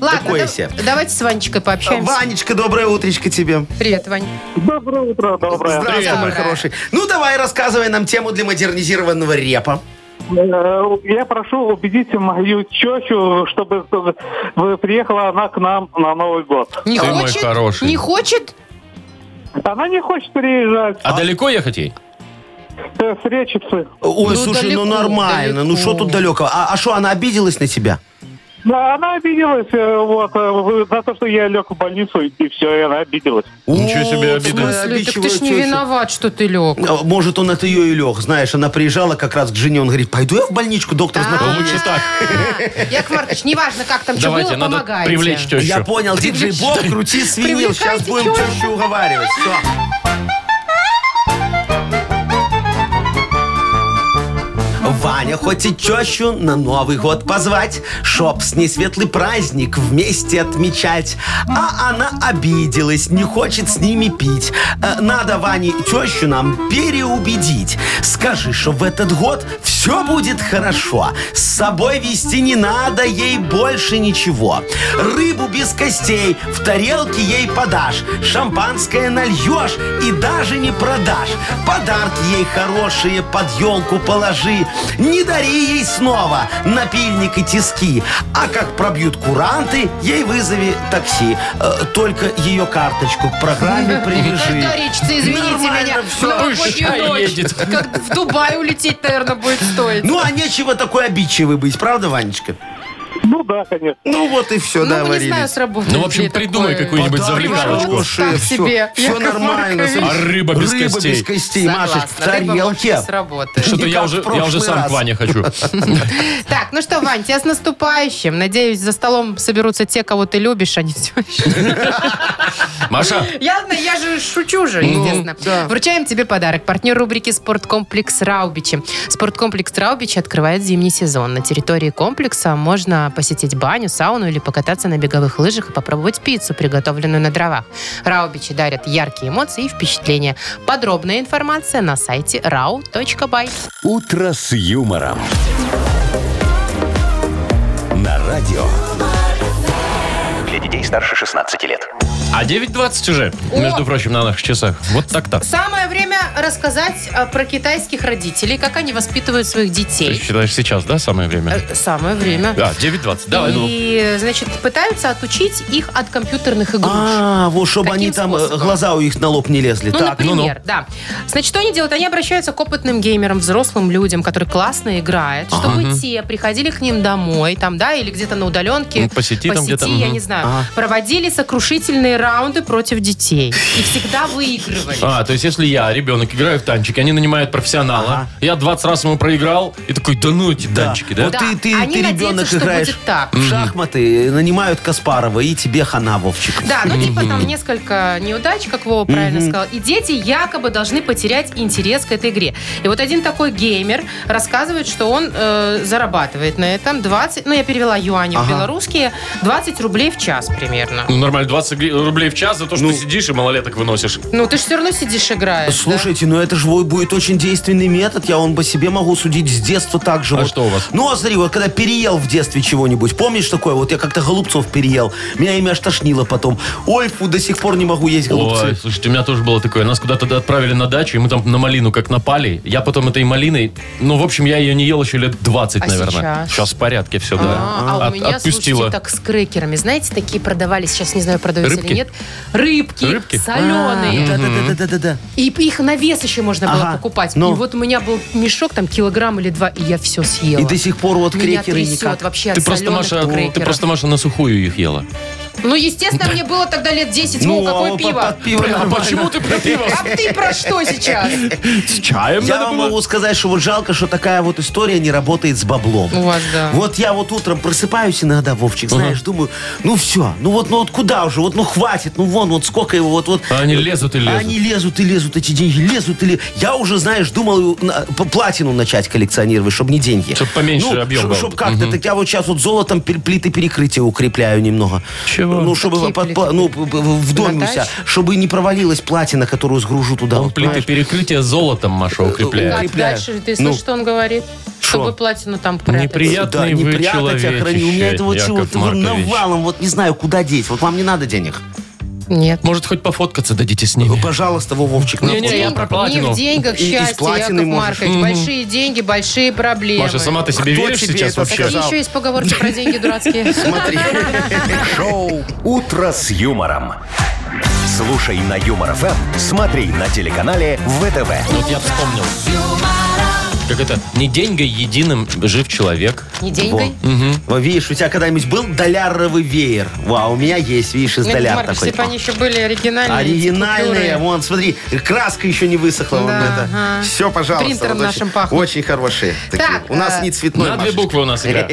Ладно, такое да- себе. давайте с Ванечкой пообщаемся. Ванечка, доброе утречко тебе. Привет, Вань. Доброе утро, доброе. Здравствуй, Привет. мой Доброе. хороший. Ну, давай, рассказывай нам тему для модернизированного репа. Э, Я прошу убедить мою чечу, чтобы э, приехала она к нам на Новый год. Не Ты мой хороший. Не хочет? Она не хочет приезжать. А далеко ехать ей? Э, С Речицы. Ну, Ой, слушай, ну далеко, нормально. Ну, далеко. что тут далекого? А что, она обиделась на тебя? Да, она обиделась э, вот, э, за то, что я лег в больницу, и все, и она обиделась. Ничего себе обида. Вот такая Слушай, так ты обидчивая ж не теща. виноват, что ты лег. А, Может, он от ее и лег. Знаешь, она приезжала как раз к жене, он говорит, пойду я в больничку, доктор знакомый. Лучше так. Яков Маркович, неважно, как там что Давайте, А, было, надо помогайте. привлечь тещу. Я понял, диджей Боб, крути свинил. Сейчас Привлекайте будем тещу. чаще уговаривать. Все. Ваня хоть и чещу на Новый год позвать, чтоб с ней светлый праздник вместе отмечать. А она обиделась, не хочет с ними пить. Э, Надо Ване тещу нам переубедить. Скажи, что в этот год все будет хорошо. С собой вести не надо ей больше ничего. Рыбу без костей в тарелке ей подашь. Шампанское нальешь и даже не продашь. Подарки ей хорошие под елку положи. Не дари ей снова напильник и тиски. А как пробьют куранты, ей вызови такси. Э, только ее карточку к программе привяжи. Что, Речица, извините Нормально меня, Ну, в всё. новогоднюю Пущай ночь. едет. Как в Дубай улететь, наверное, будет стоить. Ну, а нечего такой обидчивый быть, правда, Ванечка? Ну да, конечно. Ну, вот и все, Ну, да, не знаю, варились. сработает Ну, в общем, ли придумай такое. какую-нибудь завлекалочку. Так себе, Все Яков нормально. Маркович. смотри. А рыба без костей? Рыба без костей, Согласна, Машечка, в рыба может не тарелке. сработает. Что-то Не я как уже, в я уже прошлый сам к раз. Ване хочу. Так, ну что, Вань, тебя с наступающим. Надеюсь, за столом соберутся те, кого ты любишь, а не теща. Маша, Я, я же шучу же, естественно. Ну, Вручаем тебе подарок. Партнер рубрики «Спорткомплекс Раубичи». «Спорткомплекс Раубичи» открывает зимний сезон. На территории комплекса можно посетить баню, сауну или покататься на беговых лыжах и попробовать пиццу, приготовленную на дровах. Раубичи дарят яркие эмоции и впечатления. Подробная информация на сайте rau.by. «Утро с юмором». На радио. Для детей старше 16 лет. а 9.20 уже, между прочим, на наших часах. Вот так-то. Самое время рассказать а, про китайских родителей, как они воспитывают своих Ты детей. считаешь сейчас, да, самое время? Э, Самое время. Да, 9.20. Давай, ну. И, значит, пытаются отучить их от компьютерных игруш. А, вот чтобы Каким они там э, способом? глаза у их на лоб не лезли. Ну, Так, например, ну-ну. да. Значит, что они делают? Они обращаются к опытным геймерам, взрослым людям, которые классно играют, чтобы те приходили к ним домой, там, да, или где-то на удаленке. Ну, по сети там где-то, я мгм. не знаю. Ага. Проводили сокрушительные раунды против детей. И всегда выигрывали. А, то есть если я, ребенок, играю в танчики, они нанимают профессионала, Ага. я 20 раз ему проиграл, и такой, да ну эти танчики, да? Вот ты, ты, Они ты надеются, ребенок что играешь будет так. в шахматы, нанимают Каспарова, и тебе хана, Вовчик. Да, ну типа там несколько неудач, как Вова правильно сказал. И дети якобы должны потерять интерес к этой игре. И вот один такой геймер рассказывает, что он э, зарабатывает на этом 20, ну я перевела юани в Ага. белорусские, 20 рублей в час примерно. Ну, нормально, 20 гри- рублей в час за то, что ты сидишь и малолеток выносишь. Ну, ты же все равно сидишь, играешь. да? Слушайте, ну это же вот будет очень действенный метод. Я он по себе могу судить с детства так же. А вот. что у вас? Ну, а смотри, вот когда переел в детстве чего-нибудь, помнишь такое? Вот я как-то голубцов переел. Меня ими аж тошнило потом. Ой, фу, до сих пор не могу есть голубцы. Ой, слушайте, у меня тоже было такое. Нас куда-то отправили на дачу, и мы там на малину как напали. Я потом этой малиной... Ну, в общем, я ее не ел еще лет 20, А наверное. сейчас? в порядке все, да. А, а у От- меня, слушайте, так с крекерами. Знаете, такие продавались, сейчас не знаю, продаются Рыбки? или нет. Рыбки, Рыбки? соленые. Да-да-да-да-да-да. И их на вес еще можно было А, ну. Ага. покупать. Ну. И вот у меня был мешок, там, килограмм или два, и я все съела. И до сих пор вот Меня крекеры трясет никак. вообще Ты от просто, соленых Маша, ну, ты крекеров. просто, Маша, на сухую их ела. А Ну, естественно, мне было тогда лет 10. Ну, а какое вот пиво? под- под пиво А нормально. почему ты про пиво? А ты про что сейчас? С чаем Я надо вам было? могу сказать, что вот жалко, что такая вот история не работает с баблом. У вас, да. Вот я вот утром просыпаюсь иногда, Вовчик, знаешь, думаю, ну все, ну вот, ну вот куда уже, вот ну хватит, ну вон, вот сколько его, вот, вот. А они лезут и лезут. Они лезут и лезут, эти деньги лезут и лезут. Я уже, знаешь, думал э, на- по платину начать коллекционировать, чтобы не деньги. Чтоб поменьше объем был. Чтобы как-то. Так я вот сейчас вот золотом пер- плиты перекрытия укрепляю немного. Чего? Ну, чтобы Какие под- плиты? ну, п- п- в доме у На себя, даче? чтобы не провалилась платина, которую сгружу туда. Он вот, плиты понимаешь? перекрытия золотом, Маша, укрепляет. Так, Укрепляю. А дальше ты слышишь, Ну. что он говорит? Чтобы платину там прятать. Неприятно. Приятный не вы прятать, а хранить. У меня это вот человечище, чего Яков вот вот Маркович. навалом, вот не знаю, куда деть. Вот вам не надо денег. Нет. Может, хоть пофоткаться дадите с Ну, ними? пожалуйста, во, Вовчик. на Не-не, фото. я Деньги- про платину. Не в деньгах И- и с счастье, Яков платиной можешь. Маркович. Большие деньги, большие проблемы. Маша, сама ты себе Кто веришь тебе сейчас это вообще? Какие еще есть поговорки про деньги дурацкие? Смотри. Шоу «Утро с юмором». Слушай на Юмор ФМ, смотри на телеканале ВТВ. Вот я вспомнил. Как это? Не деньгой единым жив человек. Не деньгой. Во, Видишь, у тебя когда-нибудь был доляровый веер? Вау, у меня есть, видишь, из Яков доляр Маркович, такой. А, если бы они еще были оригинальные. эти Оригинальные, купюры. вон, смотри, краска еще не высохла. вон Да, это. ага. Все, пожалуйста. Принтером вот нашим очень, пахнет. Очень хорошие. такие. Так, у нас э, не цветной, На две Машечка. буквы у нас игра.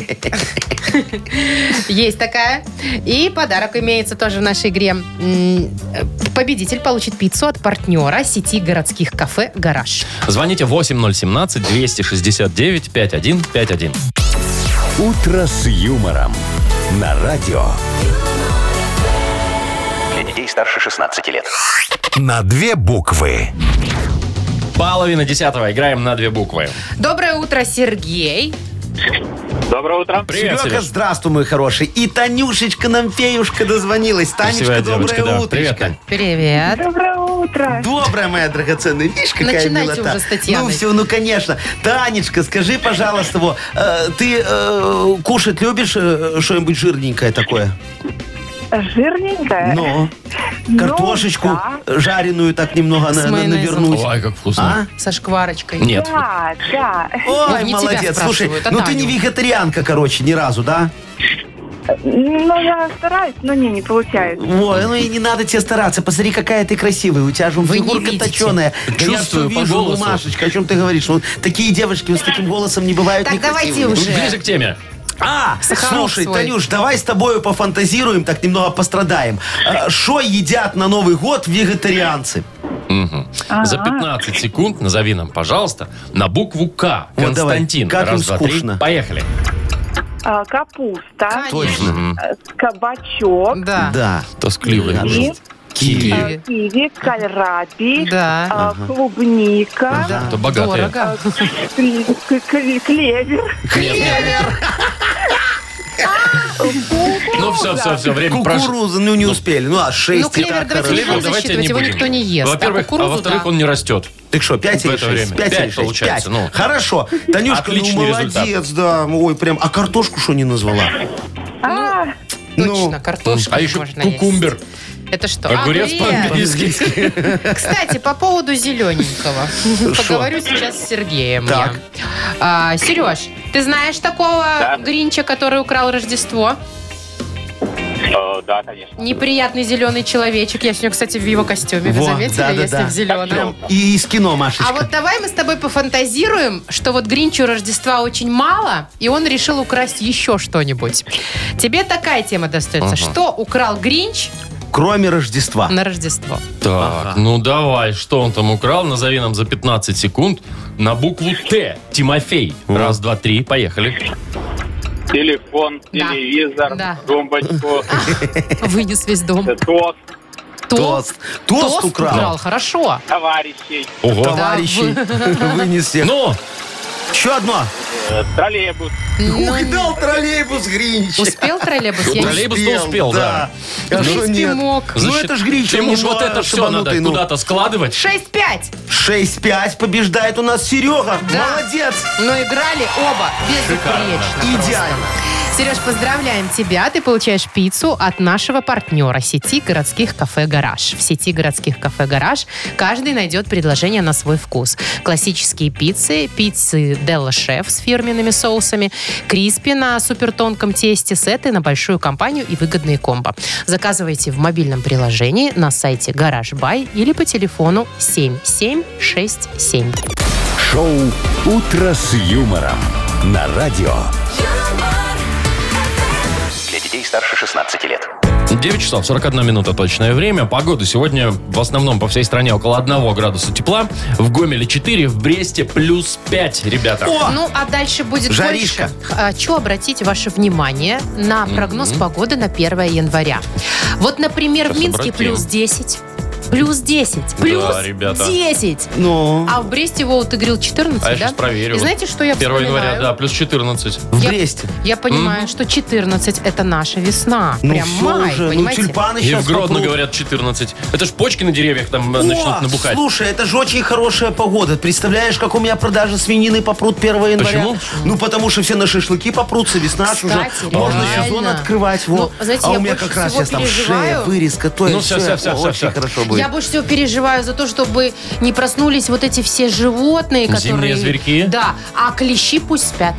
Есть такая. И подарок имеется тоже в нашей игре. М, э, Победитель получит пиццу от партнера сети городских кафе «Гараж». Звоните 8017-269-5151. «Утро с юмором» на радио. Для детей старше 16 лет. На две буквы. Половина десятого. Играем на две буквы. Доброе утро, Сергей. Доброе утро. Привет, Серега, Сереж. здравствуй, мой хороший. И Танюшечка нам, феюшка, дозвонилась. Красивая Танечка, девочка, да. доброе Привет, Тань. утро. Привет. Доброе утро. Добрая моя драгоценная, видишь, какая Начинайте милота. уже с Татьяной. Ну все, ну конечно. Танечка, скажи, пожалуйста, во, э, ты э, кушать любишь э, что-нибудь жирненькое такое? Жирненькая. Ну, Ну, картошечку да. жареную так немного С на- на- майонезом. навернуть. Ой, как А? вкусно. Со шкварочкой. А? Нет. Да, да. Ну, Ой, не тебя молодец. Слушай, спрашивают, а ну ты Таню. не вегетарианка, короче, ни разу, да? Ну, я стараюсь, но не, не получается. Ой, ну и не надо тебе стараться. Посмотри, какая ты красивая. У тебя же вон Вы не фигурка видите. точеная. я Чувствую все по вижу, голосу. ну, Машечка, о чем ты говоришь? Ну, такие девочки вот с таким голосом не бывают Так давайте некрасивыми. уже. Ближе к теме. А, Сахаров слушай, свой. Танюш, давай с тобою пофантазируем, так немного пострадаем. А, Что едят на Новый год вегетарианцы? За 15 секунд назови нам, пожалуйста, на букву К. Вот давай. Константин. Как им Раз, два, три. скучно. Поехали. А, капуста, Точно. э, кабачок, Да. Да. Тоскливый. и, Киви. э, киви, кальраби, Да. а, клубника, Да. Это богатые. Дорого. кли- к- кли- клевер, Ну все, все, все, время прошло. Кукуруза, ну не успели. Ну а шесть. Ну, и клевер так давайте хорошо. не будем засчитывать, его никто не ест. А Во-первых, а кукурузу, во-вторых, да. он не растет. Так что, 5 В или это 6? время. Пять получается, ну. Хорошо. Танюшка, Отличный ну молодец, да. Ой, прям. А картошку что не назвала? А. Ну, Точно, картошку А еще можно есть. кукумбер. Это что? А, А, Огурец огурец? по-английски. Кстати, по поводу зелененького. Поговорю сейчас с Сергеем. я. Так. А, Сереж, ты знаешь такого Гринча, который украл Рождество? Э, да, конечно. Неприятный зеленый человечек. Я сегодня, кстати, в его костюме. Вы Во, заметили, да-да-да. если в зеленом? Прям и из кино, Машечка. А вот давай мы с тобой пофантазируем, что вот Гринчу Рождества очень мало, и он решил украсть еще что-нибудь. Тебе такая тема достается. Что украл Гринч Кроме Рождества. на Рождество? Так, ну давай, что он там украл? Назови нам за 15 секунд на букву Т. Тимофей. Раз, два, три, поехали. Телефон, Да. телевизор, Да. тумбочку, Вынес весь дом. ток, То- Тост. Тост украл. Хорошо. Товарищей, Ого. Товарищи, вынес всех. Ну, Еще одно. э, троллейбус. Угнал троллейбус Гринч. Ну. Успел троллейбус? Я не- Троллейбус-то успел, да. Ну, А В шо принципе, нет? мог. Ну это ж Гринч. Ему он ж вот а, это все надо шибанутый, ну. куда-то складывать. 6-5. 6-5 побеждает у нас Серега. Молодец. Но играли оба безупречно. Идеально. Сереж, поздравляем тебя. Ты получаешь пиццу от нашего партнера сети городских кафе «Гараж». В сети городских кафе «Гараж» каждый найдет предложение на свой вкус. Классические пиццы, пиццы «Делла Шеф» с фирменными соусами, криспи на супертонком тесте, сеты на большую компанию и выгодные комбо. Заказывайте в мобильном приложении на сайте «Гараж.бай» или по телефону 7767. Шоу «Утро с юмором» на радио. юмор, Для детей старше 16 лет. 9 часов 41 минута точное время. Погода сегодня в основном по всей стране около 1 градуса тепла. В Гомеле 4, в Бресте плюс 5, ребята. О, Ну, а дальше будет Жаришка. больше. Хочу обратить ваше внимание на прогноз погоды на 1 января. Вот, например, Сейчас в Минске обратим. плюс 10. Плюс 10. Плюс ребята. 10. ну, А в Бресте, Вова, ты говорил 14, А я да? щас проверю. И знаете, что я 1 вспоминаю? января, да, плюс 14. в я- Бресте. Я понимаю, что 14 это наша весна. Ну Прям всё май, уже, ну понимаете? тюльпаны И сейчас в Гродно, говорят, 14. Это ж почки на деревьях там э, начнут набухать. Слушай, это же очень хорошая погода. Представляешь, как у меня продажи свинины попрут 1 января? Почему? Ну, потому что все на шашлыки попрутся, весна ж уже. Кстати, Можно реально. сезон открывать. Вот. Ну, знаете, а я у меня больше как раз всего сейчас там шея, переживаю. вырезка, то Ну, и всё, всё. всё, всё, О, всё, Очень всё. хорошо будет. Я больше всего переживаю за то, чтобы не проснулись вот эти все животные, которые... Зимние зверьки? Да, а клещи пусть спят.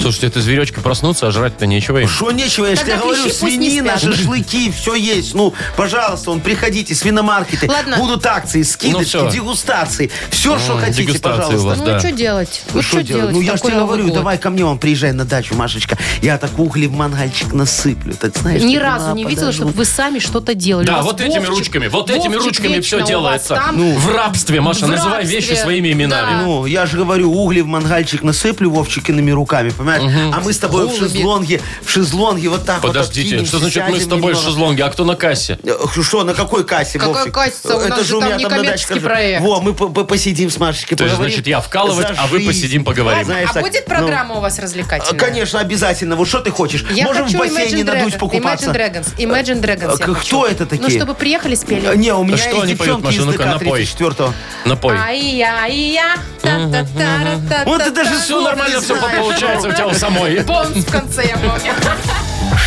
Слушайте, это зверечки проснутся, а жрать-то нечего им. Что нечего, я же Тогда тебе говорю, клещи пусть не свинина, спят. шашлыки, все есть. Ну, пожалуйста, он, приходите, свиномаркеты. Ладно. Будут акции, скидочки, Ну, всё. дегустации. Все, что М, хотите, дегустации у пожалуйста. вас, Ну, да. что делать? Ну, Вот что делать? Ну, в я же такой тебе Новый говорю, год? давай ко мне, он, приезжай на дачу, Машечка. Я так угли в мангальчик насыплю. Так, знаешь, Ни так разу на, не видела, подожду. чтобы вы сами что-то делали. У Да, вас вот этими Вовчик- ручками, вот этими Вовчик ручками все вечно у делается. Ну, вас там. А в рабстве, Маша, в называй рабстве. вещи своими именами. Ну, я же говорю, угли в мангальчик насыплю Вовчикиными руками, понимаешь? А мы с тобой Голуби. в шезлонге, в шезлонге вот так Подождите, вот что значит мы с тобой в шезлонге, а кто на кассе? шезлонге? Что, на какой кассе, Какая Вовчик? касса? У нас же там некоммерческий скажу. проект. Во, мы по- по- посидим с Машечкой, То есть, поговорим значит, я вкалывать, за а вы жизнь. посидим, поговорим. Знаешь, А так, будет ну, программа у вас а, развлекательная? Конечно, обязательно. Вот что ты хочешь? Я Можем хочу в бассейне Imagine надуть Dragon- покупаться. Э, Imagine Dragons. Imagine Dragons. я К- хочу. кто это такие? Ну, чтобы приехали, Э, спели. Не, у меня что есть они поют, девчонки Маша? из Ну-ка, ДК напой. 34-го. Напой. А, Ну, Ай-я-я. та-та-та-ра-та-та-та. Вот ты даже Все нормально, все получается у тебя у самой. Бонус ну, в конце, я помню.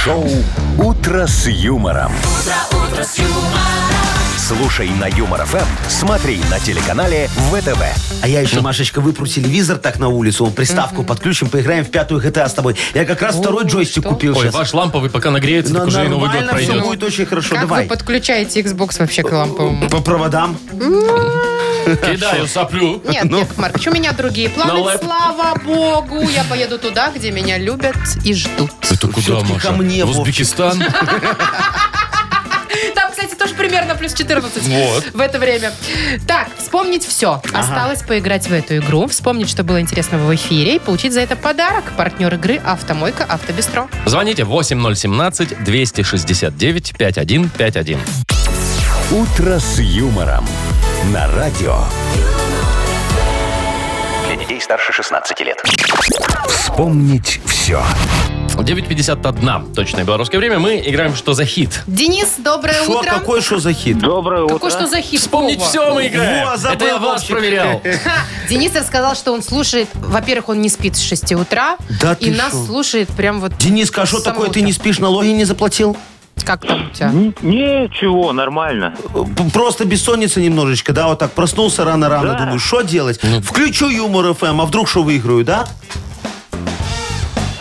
Шоу «Утро с юмором». утро с юмором, Слушай на Юмор ФМ, смотри на телеканале ВТВ. А я еще, Машечка, выпру телевизор так на улицу, вот приставку подключим, поиграем в пятую GTA с тобой. Я как раз второй джойстик что? купил Ой, сейчас. ваш ламповый пока нагреется, так уже и Новый год нормально все пройдет. будет очень хорошо. Как вы Давай. Ну. подключаете Xbox вообще к ламповому? По проводам. Кидаю соплю. Нет, Ну. Яков Маркович, у меня другие На планы. лэп. Слава богу, я поеду туда, где меня любят и ждут. Это куда, Всё-таки Маша? ко мне, в Вовчик. Узбекистан? Там, кстати, тоже примерно плюс 14 Вот. в это время. Так, вспомнить все. Осталось поиграть в эту игру, вспомнить, что было интересного в эфире и получить за это подарок. Партнер игры «Автомойка Автобестро». Звоните 8017-269-5151. «Утро с юмором» на радио. Для детей старше 16 лет. Вспомнить все. 9.51. Точное белорусское время. Мы играем «Что за хит?». Денис, доброе Что, утро. какой шо за хит? Доброе Какой что за хит? Вспомнить Вова? все мы играем. Во, забыл, Это я вас Вовчик. проверял. Ха, Денис рассказал, что он слушает... Во-первых, он не спит с 6 утра. Да И ты нас шо? слушает прям вот... Дениска, а что с самого такое? Ты утра. не спишь, налоги не заплатил? Как там у тебя? Ничего, нормально. П- Просто бессонница немножечко, да, вот так проснулся рано-рано, думаю, что делать? Включу юмор ФМ, а вдруг что выиграю, да?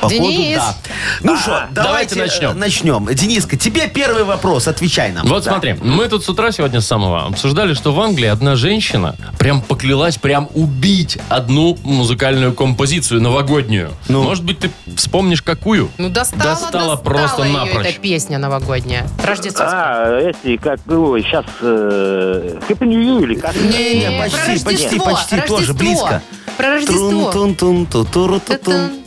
Походу, Денис. да. Ну что, давайте давайте, начнем. э, начнем. Дениска, тебе первый вопрос, отвечай нам. Вот Да. смотри, мы тут с утра сегодня с самого обсуждали, что в Англии одна женщина прям поклялась прям убить одну музыкальную композицию новогоднюю. Может быть, ты вспомнишь какую? Ну, достала, Достала просто ее напрочь. эта песня новогодняя. Рождественская. А, эти, как, ой, сейчас, э, Happy New Year или как? Не-не, Про почти, почти, Рождество, почти, Рождество. тоже близко. Про Рождество. Трун-тун-тун, ту-туру-ту-тун. Та-тун.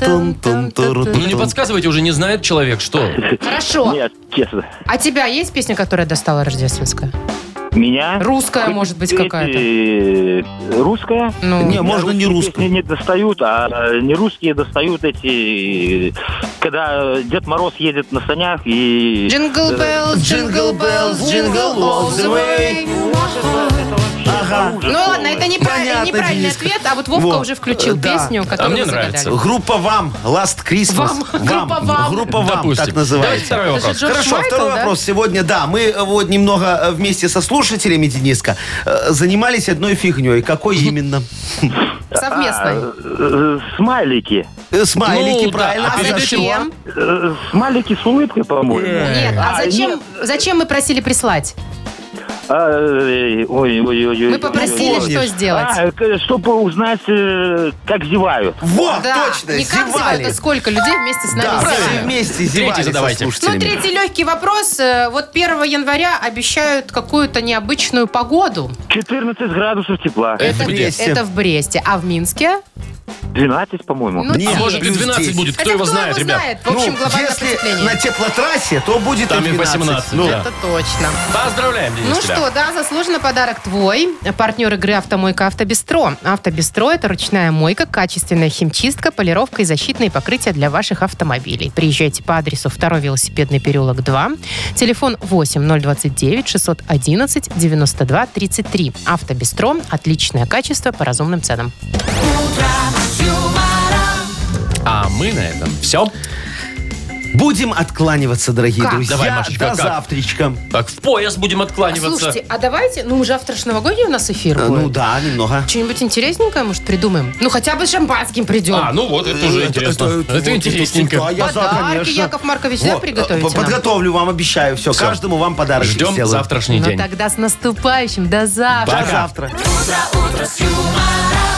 Ну не подсказывайте, уже не знает человек, что. Хорошо. Нет, честно. А тебя есть песня, которая достала рождественская? Меня... Русская, может быть, какая-то? какая-то. Русская? Ну, Не, можно не Русские русскую. песни не достают, а э, не русские достают эти, э, когда Дед Мороз едет на санях и... Джингл Белл, Джингл Белл, Джингл all the way. Ага. Ну ладно, это неправильный, Понятно, неправильный Дениска. ответ, а вот Вовка Вот. уже включил Да. песню, которую мне мы нравится. загадали. Группа «Вам», Last Christmas. Вам. Группа «Вам». Группа «Вам», Допустим. так называется. Давайте второй Это же вопрос. Джордж Хорошо, Майкл, второй да? вопрос сегодня, да. Мы э, вот немного э, вместе со слушателями, Дениска, э, занимались одной фигней. Какой именно? Совместно. А, э, Смайлики. Э, Смайлики, Ну, да. правильно. А за зачем? что? Чем? Э, Смайлики с улыбкой, по-моему. Нет, а А, зачем, зачем мы просили прислать? А, Э, Ой-ой-ой. Мы попросили что сделать? чтобы А, узнать, э, как зевают. Вот, Да, точно, не как зевали. зевают, а сколько людей вместе с Да, нами все зевают. вместе зевали со задавайте. Ну, слушателями. третий легкий вопрос. Э, Вот 1 января обещают какую-то необычную погоду. 14 градусов тепла. Это Э, где? Бресте. Это в Бресте. А в Минске? 12, по-моему. Ну, Нет, девять. А может быть Плюс 12 10. будет, кто Это его знает, ребят? знает? В общем, ну, глобальное если потепление. на теплотрассе, то будет Там и 18, 18. Ну, да. Это точно. Поздравляем, Денис, Ну тебя. что, да, заслуженно подарок твой. Партнер игры «Автомойка Автобестро». «Автобестро» — это ручная мойка, качественная химчистка, полировка и защитные покрытия для ваших автомобилей. Приезжайте по адресу 2 велосипедный переулок 2, телефон 8 029 611 92 33. «Автобестро» — отличное качество по разумным ценам. А мы на этом все. Будем откланиваться, дорогие Как? друзья. Давай, Машечка, До как? завтрачка. Так, в пояс будем откланиваться. Слушайте, а давайте, ну уже завтра ж новогодний у нас эфир Э, Ну да, немного. Что-нибудь интересненькое, может, придумаем? Ну, хотя бы шампанским придем. а, ну вот, это уже интересно. Это, Э, вот всегда, интересненько. я за, Подарки, конечно. Яков Маркович, да, Вот, приготовите по- нам? Подготовлю вам, обещаю. Все, Всё. каждому вам подарок Ждем сделаю. завтрашний Ну день. тогда с наступающим. До завтра. До завтра. Утро, утро с юмором.